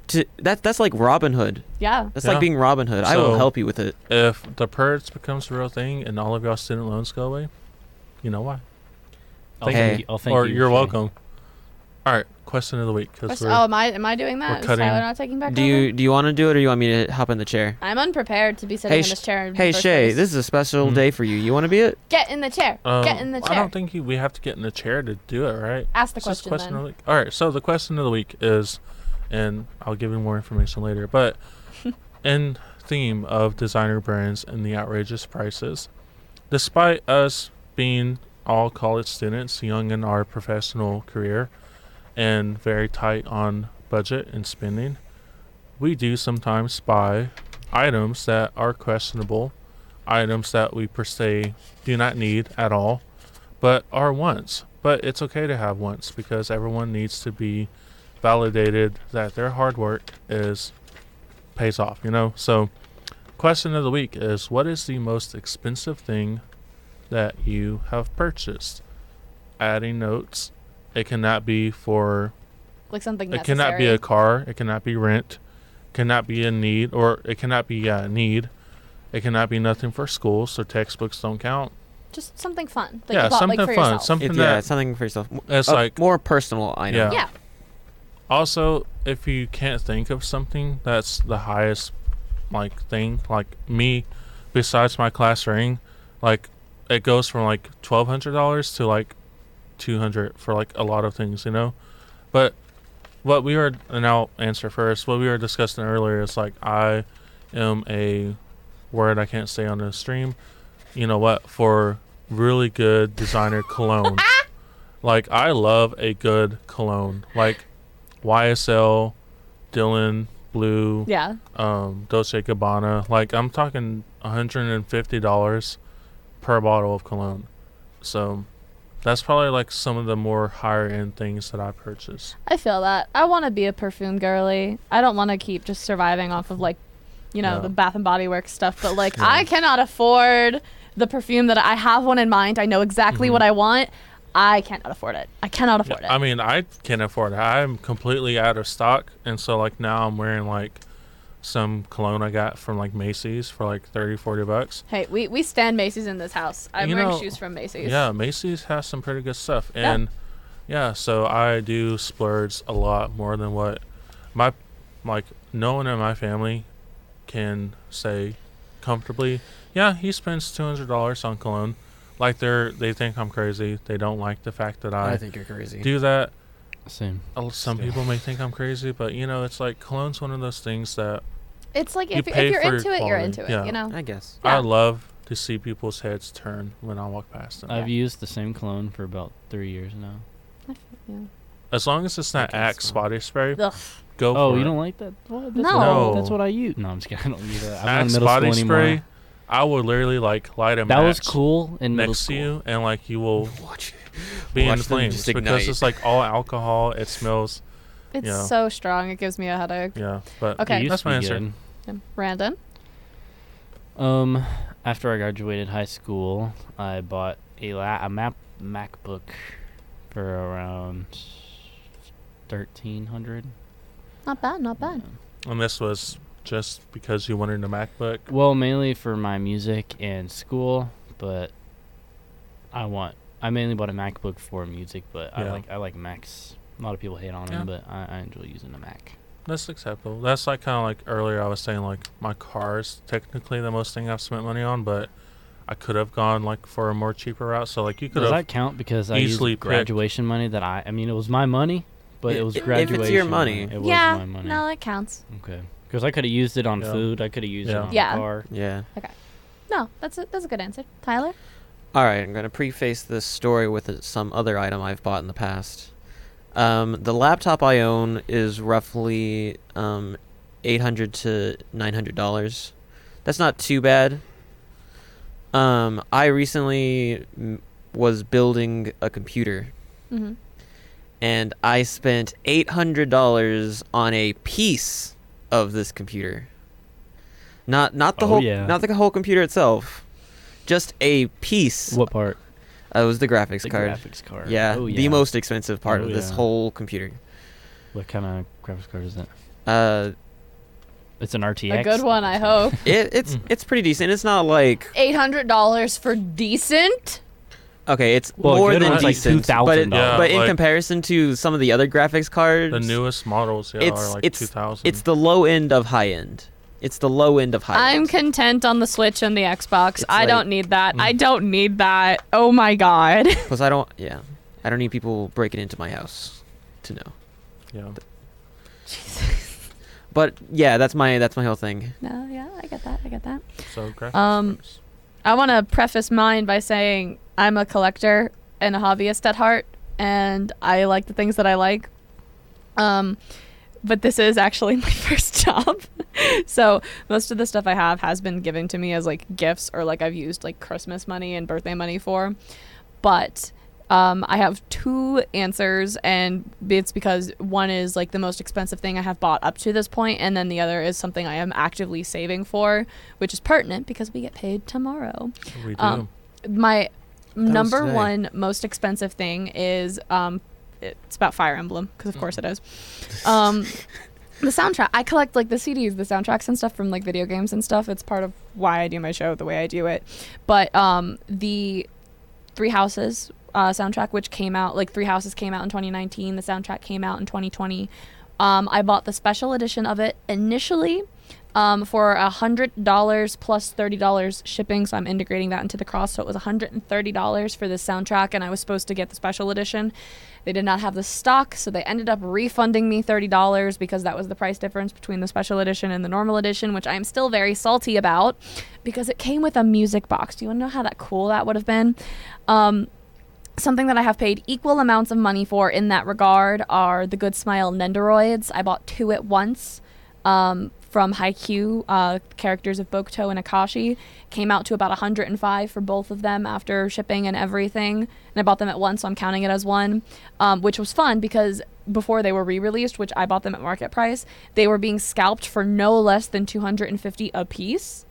Speaker 2: To, that that's like Robin Hood.
Speaker 1: Yeah.
Speaker 2: That's
Speaker 4: Yeah.
Speaker 2: like being Robin Hood. I will
Speaker 4: So-
Speaker 2: help you with it.
Speaker 4: If the purge becomes a real thing and all of y'all student loans go away, you know why.
Speaker 6: I'll
Speaker 2: Hey.
Speaker 6: thank you. I'll thank
Speaker 4: or
Speaker 6: you,
Speaker 4: you, are
Speaker 6: Shay.
Speaker 4: welcome. All right, question of the week. Cause
Speaker 1: What's-
Speaker 4: we're,
Speaker 1: oh, am I am I doing that? Is
Speaker 4: cutting-
Speaker 1: Tyler not taking back
Speaker 2: Do
Speaker 1: over?
Speaker 2: you do you want to do it or you want me to hop in the chair?
Speaker 1: I'm unprepared to be sitting
Speaker 2: Hey,
Speaker 1: in
Speaker 2: Sh-
Speaker 1: this chair. in the
Speaker 2: Hey
Speaker 1: first
Speaker 2: Shay,
Speaker 1: place.
Speaker 2: this is a special
Speaker 4: Mm.
Speaker 2: day for you. You want to be it?
Speaker 1: get in the chair.
Speaker 4: um,
Speaker 1: get in the chair.
Speaker 4: I don't think you, we have to get in the chair to do it, right?
Speaker 1: Ask the
Speaker 4: It's just
Speaker 1: question,
Speaker 4: question of
Speaker 1: then.
Speaker 4: the week. All right, so the question of the week is, and I'll give you more information later, but in theme of designer brands and the outrageous prices, despite us being all college students, young in our professional career, and very tight on budget and spending, we do sometimes buy items that are questionable, items that we per se do not need at all but are wants. But it's okay to have wants because everyone needs to be validated that their hard work is pays off, you know? So question of the week is what is the most expensive thing that you have purchased? Adding notes. It cannot be for
Speaker 1: Like something
Speaker 4: it
Speaker 1: necessary.
Speaker 4: cannot be a car. It cannot be rent. Cannot be a need, or it cannot be a need. It cannot be nothing for school, so textbooks don't count.
Speaker 1: just something fun. That
Speaker 4: yeah,
Speaker 1: you bought,
Speaker 4: something
Speaker 1: like, for
Speaker 4: fun,
Speaker 1: Yourself.
Speaker 4: something
Speaker 2: It-
Speaker 4: that
Speaker 2: yeah, it's something for yourself. M-
Speaker 4: it's
Speaker 2: a
Speaker 4: like
Speaker 2: Uh, more personal item.
Speaker 4: Yeah.
Speaker 1: yeah.
Speaker 4: Also, if you can't think of something that's the highest like thing, like me, besides my class ring, like it goes from like twelve hundred dollars to like two hundred for like a lot of things, you know? But what we were and I'll answer first, what we were discussing earlier is like I am a word I can't say on the stream, you know what, for really good designer cologne. Like I love a good cologne. Like YSL, Dylan, Blue,
Speaker 1: Yeah.
Speaker 4: um, Dolce Gabbana. Like I'm talking $150 per bottle of cologne. So that's probably like some of the more higher end things that I purchase.
Speaker 1: I feel that. I want to be a perfume girly. I don't want to keep just surviving off of like, you know,
Speaker 4: No.
Speaker 1: the Bath and Body Works stuff. But like,
Speaker 4: Yeah.
Speaker 1: I cannot afford the perfume that I have one in mind. I know exactly
Speaker 4: Mm-hmm.
Speaker 1: what I want. I cannot afford it. I cannot afford it.
Speaker 4: I mean, I can't afford it. I'm completely out of stock, and so like now I'm wearing like some cologne I got from like Macy's for like 30, 40 bucks.
Speaker 1: hey, we we stand Macy's in this house. I'm
Speaker 4: You
Speaker 1: wearing
Speaker 4: know-
Speaker 1: shoes from Macy's.
Speaker 4: Yeah, Macy's has some pretty good stuff,
Speaker 1: Yeah.
Speaker 4: and yeah, so I do splurge a lot more than what my like no one in my family can say comfortably. Yeah, he spends two hundred dollars on cologne. Like they're they think I'm crazy. They don't like the fact that I,
Speaker 2: think you're crazy.
Speaker 4: do that.
Speaker 6: Same.
Speaker 4: Uh, Some
Speaker 6: Still.
Speaker 4: people may think I'm crazy, but you know, it's like cologne's one of those things that
Speaker 1: It's like
Speaker 4: You
Speaker 1: if, you
Speaker 4: pay
Speaker 1: if you're
Speaker 4: for your
Speaker 1: into it, you're
Speaker 4: quality.
Speaker 1: into it.
Speaker 4: Yeah.
Speaker 1: You know.
Speaker 2: I guess.
Speaker 1: Yeah.
Speaker 4: I love to see people's heads turn when I walk past them.
Speaker 6: I've used the same cologne for about three years now.
Speaker 4: as long as it's not
Speaker 6: I guess
Speaker 4: Axe
Speaker 6: so.
Speaker 4: body spray,
Speaker 1: Ugh.
Speaker 4: go
Speaker 6: oh,
Speaker 4: for
Speaker 6: you
Speaker 4: it.
Speaker 6: don't like that? What? That's What
Speaker 1: No.
Speaker 6: I,
Speaker 4: No.
Speaker 6: that's what I use. No, I'm just kidding. I don't use that. I'm not in
Speaker 4: Axe
Speaker 6: middle
Speaker 4: body
Speaker 6: school
Speaker 4: spray,
Speaker 6: anymore.
Speaker 4: I will literally like light a
Speaker 6: That was
Speaker 4: match
Speaker 6: cool in middle
Speaker 4: next to
Speaker 6: school.
Speaker 4: you, and like you will
Speaker 2: Watch.
Speaker 4: be
Speaker 2: Watch
Speaker 4: in
Speaker 2: them
Speaker 4: flames
Speaker 2: just
Speaker 4: because
Speaker 2: ignite.
Speaker 4: it's like all alcohol. It smells,
Speaker 1: It's
Speaker 4: Yeah.
Speaker 1: so strong. It gives me a headache.
Speaker 4: yeah. But
Speaker 1: Okay.
Speaker 6: It used
Speaker 4: that's
Speaker 6: to
Speaker 4: my
Speaker 6: be
Speaker 4: answer.
Speaker 6: good.
Speaker 1: Yeah. Brandon.
Speaker 6: Um, after I graduated high school, I bought a, la- a map MacBook for around thirteen hundred.
Speaker 1: Not bad. Not bad.
Speaker 4: And this was just because you wanted a MacBook.
Speaker 6: Well, mainly for my music and school, but I want. I mainly bought a MacBook for music, but I
Speaker 4: Yeah.
Speaker 6: like I like Macs. A lot of people hate on them, but I, I enjoy using a Mac.
Speaker 4: That's acceptable. That's like kind of like earlier I was saying like my car is technically the most thing I've spent money on, but I could have gone like for a more cheaper route. So like you could
Speaker 6: Does
Speaker 4: have
Speaker 6: that count? Because I
Speaker 4: easily
Speaker 6: used
Speaker 4: picked-
Speaker 6: graduation money that I. I mean, it was my money, but
Speaker 2: I-
Speaker 6: it was
Speaker 2: if it's
Speaker 6: graduation.
Speaker 2: your money.
Speaker 6: It was
Speaker 1: yeah,
Speaker 6: my money.
Speaker 1: no, that counts.
Speaker 6: Okay. Because I could have used it on
Speaker 4: Yeah.
Speaker 6: food. I could have used
Speaker 4: Yeah.
Speaker 6: it on
Speaker 1: Yeah.
Speaker 6: a car.
Speaker 2: Yeah.
Speaker 1: No, that's a, that's a good answer, Tyler.
Speaker 2: All right, I'm going to preface this story with uh, some other item I've bought in the past. Um, the laptop I own is roughly um, 800 to 900 dollars. That's not too bad. Um, I recently m- was building a computer,
Speaker 1: Mm-hmm.
Speaker 2: and I spent 800 dollars on a piece of this computer. Not not the
Speaker 6: Oh,
Speaker 2: whole
Speaker 6: yeah.
Speaker 2: not the whole computer itself, just a piece
Speaker 6: What part?
Speaker 2: uh, it was the graphics
Speaker 6: The
Speaker 2: card.
Speaker 6: graphics card.
Speaker 2: Yeah,
Speaker 6: Oh,
Speaker 2: the most expensive part
Speaker 6: Oh,
Speaker 2: of this
Speaker 6: yeah.
Speaker 2: whole computer.
Speaker 6: What kind of graphics card is that?
Speaker 2: Uh,
Speaker 6: It's an RTX.
Speaker 1: A good one, I hope.
Speaker 2: it,
Speaker 6: Mm.
Speaker 2: it's it's pretty decent. It's not like
Speaker 1: Eight hundred dollars for decent.
Speaker 2: okay, it's
Speaker 6: Well, a
Speaker 2: more
Speaker 6: good
Speaker 2: than
Speaker 6: one's like
Speaker 2: decent, but it,
Speaker 6: $2,000.
Speaker 4: Yeah,
Speaker 2: but in
Speaker 4: like-
Speaker 2: comparison to some of the other graphics cards,
Speaker 4: the newest models. Yeah,
Speaker 2: it's-
Speaker 4: are like
Speaker 2: it's-
Speaker 4: two thousand.
Speaker 2: it's the low end of high end. It's the low end of high
Speaker 1: I'm
Speaker 2: end.
Speaker 1: content on the Switch and the Xbox.
Speaker 2: It's
Speaker 1: I
Speaker 2: like-
Speaker 1: don't need that.
Speaker 4: Mm.
Speaker 1: I don't need that. Oh my god.
Speaker 2: Plus, I don't. Yeah, I don't need people breaking into my house to know.
Speaker 4: yeah.
Speaker 2: But yeah, that's my that's my whole thing.
Speaker 1: No, yeah, I get that. I get that.
Speaker 4: So graphics.
Speaker 1: Um,
Speaker 4: cards.
Speaker 1: I want to preface mine by saying I'm a collector and a hobbyist at heart, and I like the things that I like. Um, but this is actually my first job, so most of the stuff I have has been given to me as like gifts or like I've used like Christmas money and birthday money for. But um, I have two answers, and it's because one is like the most expensive thing I have bought up to this point, and then the other is something I am actively saving for, which is pertinent because we get paid tomorrow
Speaker 4: we do.
Speaker 1: um, my number
Speaker 2: today.
Speaker 1: one most expensive thing is um it's about fire emblem because of course it is um the soundtrack i collect like the cds the soundtracks and stuff from like video games and stuff it's part of why i do my show the way i do it but um the three houses uh, soundtrack which came out like three houses came out in 2019 the soundtrack came out in 2020 um, i bought the special edition of it initially um, for a hundred dollars plus thirty dollars shipping. So I'm integrating that into the cost. So it was hundred and thirty dollars for this soundtrack, and I was supposed to get the special edition. They did not have the stock, so they ended up refunding me thirty dollars because that was the price difference between the special edition and the normal edition, which I am still very salty about because it came with a music box. Do you want to know how that cool that would have been? Um, Something that I have paid equal amounts of money for in that regard are the Good Smile Nendoroids. I bought two at once um, from Haikyuu, uh, characters of Bokuto and Akashi. Came out to about 105 for both of them after shipping and everything. And I bought them at once, so I'm counting it as one, um, which was fun because before they were re released, which I bought them at market price, they were being scalped for no less than 250 a piece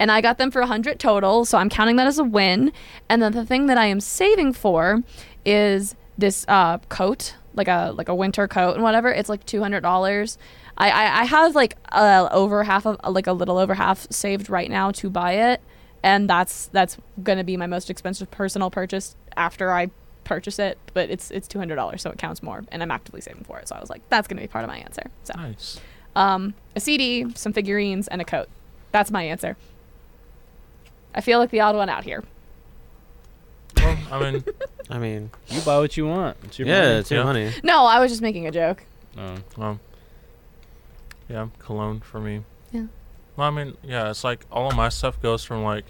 Speaker 1: and I got them for 100 total, so I'm counting that as a win. And then the thing that I am saving for is this uh, coat, like a like a winter coat and whatever. It's like $200. I I, I have like uh, over half of like a little over half saved right now to buy it, and that's that's gonna be my most expensive personal purchase after I purchase it. But it's it's $200, so it counts more, and I'm actively saving for it. So I was like, that's gonna be part of my answer. So
Speaker 4: nice.
Speaker 1: um, a CD, some figurines, and a coat. That's my answer. I feel like the odd one out here.
Speaker 4: Well, I mean,
Speaker 2: I mean,
Speaker 6: You buy what you want. It's your
Speaker 2: yeah,
Speaker 6: money.
Speaker 2: it's your
Speaker 4: Yeah.
Speaker 2: money.
Speaker 1: No, I was just making a joke.
Speaker 6: Oh.
Speaker 4: um, yeah, cologne for me.
Speaker 1: Yeah.
Speaker 4: Well, I mean, yeah, it's like all of my stuff goes from like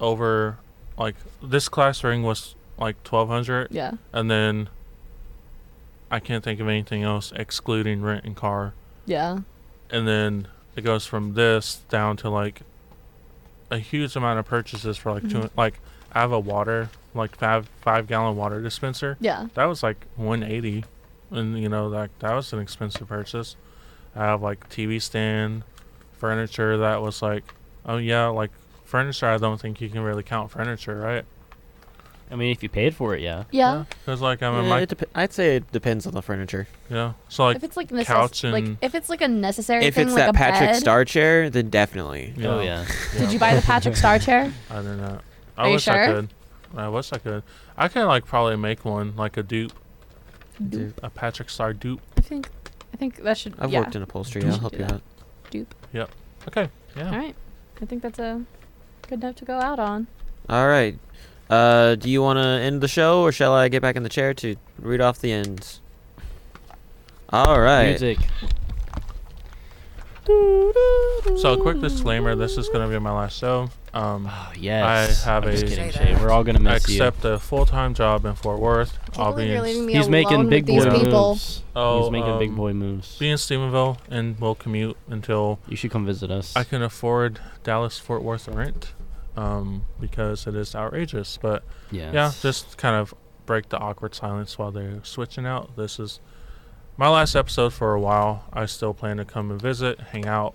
Speaker 4: over, like this class ring was like twelve hundred,
Speaker 1: Yeah.
Speaker 4: and then I can't think of anything else excluding rent and car,
Speaker 1: Yeah.
Speaker 4: and then it goes from this down to like a huge amount of purchases for like
Speaker 1: Mm-hmm.
Speaker 4: two, like I have a water like five five gallon water dispenser.
Speaker 1: Yeah.
Speaker 4: that was like 180 and you know like that was an expensive purchase i have like tv stand furniture that was like oh yeah like furniture i don't think you can really count furniture right
Speaker 6: Oh. I mean, if you paid for it, yeah.
Speaker 1: Yeah.
Speaker 4: because like i'm a
Speaker 2: Yeah,
Speaker 4: mic
Speaker 2: it dep- I'd say it depends on the furniture.
Speaker 4: yeah so like
Speaker 1: if it's like necess-
Speaker 4: couch
Speaker 1: like
Speaker 4: and-
Speaker 1: if it's like a necessary
Speaker 2: if
Speaker 1: thing,
Speaker 2: it's
Speaker 1: like
Speaker 2: that
Speaker 1: a
Speaker 2: Patrick
Speaker 1: bed.
Speaker 2: Star chair, then definitely.
Speaker 4: you know,
Speaker 6: Oh yeah.
Speaker 1: Did you buy the Patrick Star chair?
Speaker 4: i don't know i
Speaker 1: Are you
Speaker 4: wish i
Speaker 1: sure?
Speaker 4: could i wish i could i could like probably make one like a dupe
Speaker 2: Dude.
Speaker 4: a patrick star dupe
Speaker 1: I think. I I think that should.
Speaker 2: I've
Speaker 1: yeah.
Speaker 2: worked in upholstery.
Speaker 1: We
Speaker 2: I'll
Speaker 1: should
Speaker 2: help
Speaker 1: do
Speaker 2: you
Speaker 1: that.
Speaker 2: out.
Speaker 1: Dupe.
Speaker 4: Okay. Yeah.
Speaker 1: All right. I think that's a good note to go out on.
Speaker 2: All right. Uh, do you want to end the show, or shall I get back in the chair to read off the ends? All right.
Speaker 6: Music.
Speaker 4: So, quick disclaimer: this is going to be my last show. Um,
Speaker 6: Oh, yes.
Speaker 4: have
Speaker 6: I'm just
Speaker 4: a-
Speaker 6: kidding,
Speaker 7: Say
Speaker 6: Shay.
Speaker 7: that.
Speaker 6: We're all gonna
Speaker 4: I
Speaker 6: miss you.
Speaker 4: accept a full-time job in Fort Worth. I'll be in,
Speaker 6: He's making big boy
Speaker 4: these people.
Speaker 6: moves.
Speaker 4: Oh,
Speaker 6: He's making big
Speaker 4: um,
Speaker 6: boy moves.
Speaker 4: be in Steubenville, and we'll commute until
Speaker 6: You should come visit us.
Speaker 4: I can afford Dallas-Fort Worth rent, um, because it is outrageous. But
Speaker 6: Yes.
Speaker 4: yeah, just kind of break the awkward silence while they're switching out. This is my last episode for a while. I still plan to come and visit, hang out,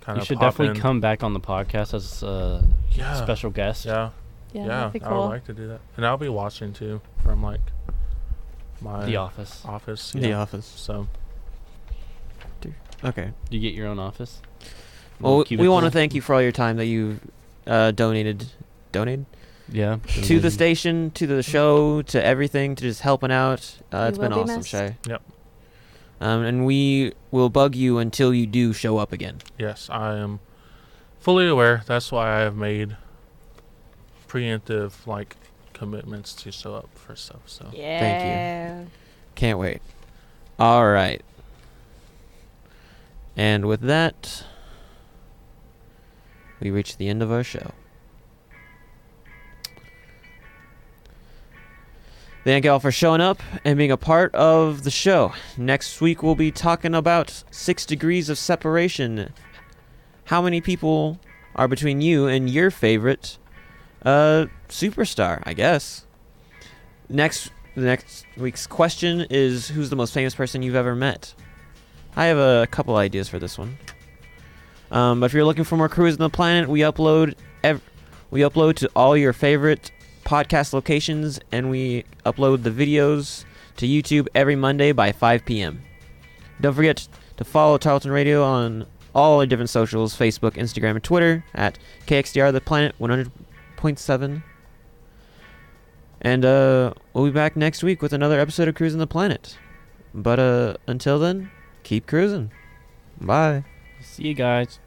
Speaker 4: kind
Speaker 6: You
Speaker 4: of
Speaker 6: should
Speaker 4: pop
Speaker 6: definitely
Speaker 4: in.
Speaker 6: come back on the podcast as a
Speaker 4: Yeah,
Speaker 6: special guest.
Speaker 4: yeah,
Speaker 1: Yeah,
Speaker 4: yeah.
Speaker 1: that'd be
Speaker 4: I would
Speaker 1: cool.
Speaker 4: like to do that, and I'll be watching too from like my
Speaker 6: The office.
Speaker 4: office.
Speaker 2: The office.
Speaker 4: So
Speaker 2: Okay.
Speaker 6: You get your own office.
Speaker 2: Well, we, we want
Speaker 6: Cubicle.
Speaker 2: to thank you for all your time that you've uh, donated, donated
Speaker 6: Yeah.
Speaker 2: to the
Speaker 6: Donated.
Speaker 2: station, to the show, to everything, to just helping out. Uh,
Speaker 1: You
Speaker 2: it's been
Speaker 1: will be
Speaker 2: awesome,
Speaker 1: missed.
Speaker 2: Shay.
Speaker 4: Yep.
Speaker 2: Um, and we will bug you until you do show up again.
Speaker 4: yes, I am fully aware. That's why I have made preemptive like commitments to show up for stuff. So
Speaker 1: Yeah.
Speaker 2: Can't wait. All right. And with that, we reach the end of our show. Thank y'all for showing up and being a part of the show. Next week, we'll be talking about six degrees of separation. How many people are between you and your favorite uh, superstar, I guess? Next the next week's question is who's the most famous person you've ever met? I have a couple ideas for this one. Um, but if you're looking for more crews on the planet, we upload ev- we upload to all your favorite podcast locations and we upload the videos to YouTube every Monday by 5 p.m. Don't forget to follow Tarleton Radio on all our different socials, Facebook, Instagram, and Twitter at KXDR the Planet 100.7. And uh, we'll be back next week with another episode of Cruising the Planet. But uh, until then, keep cruising. Bye.
Speaker 6: See you guys.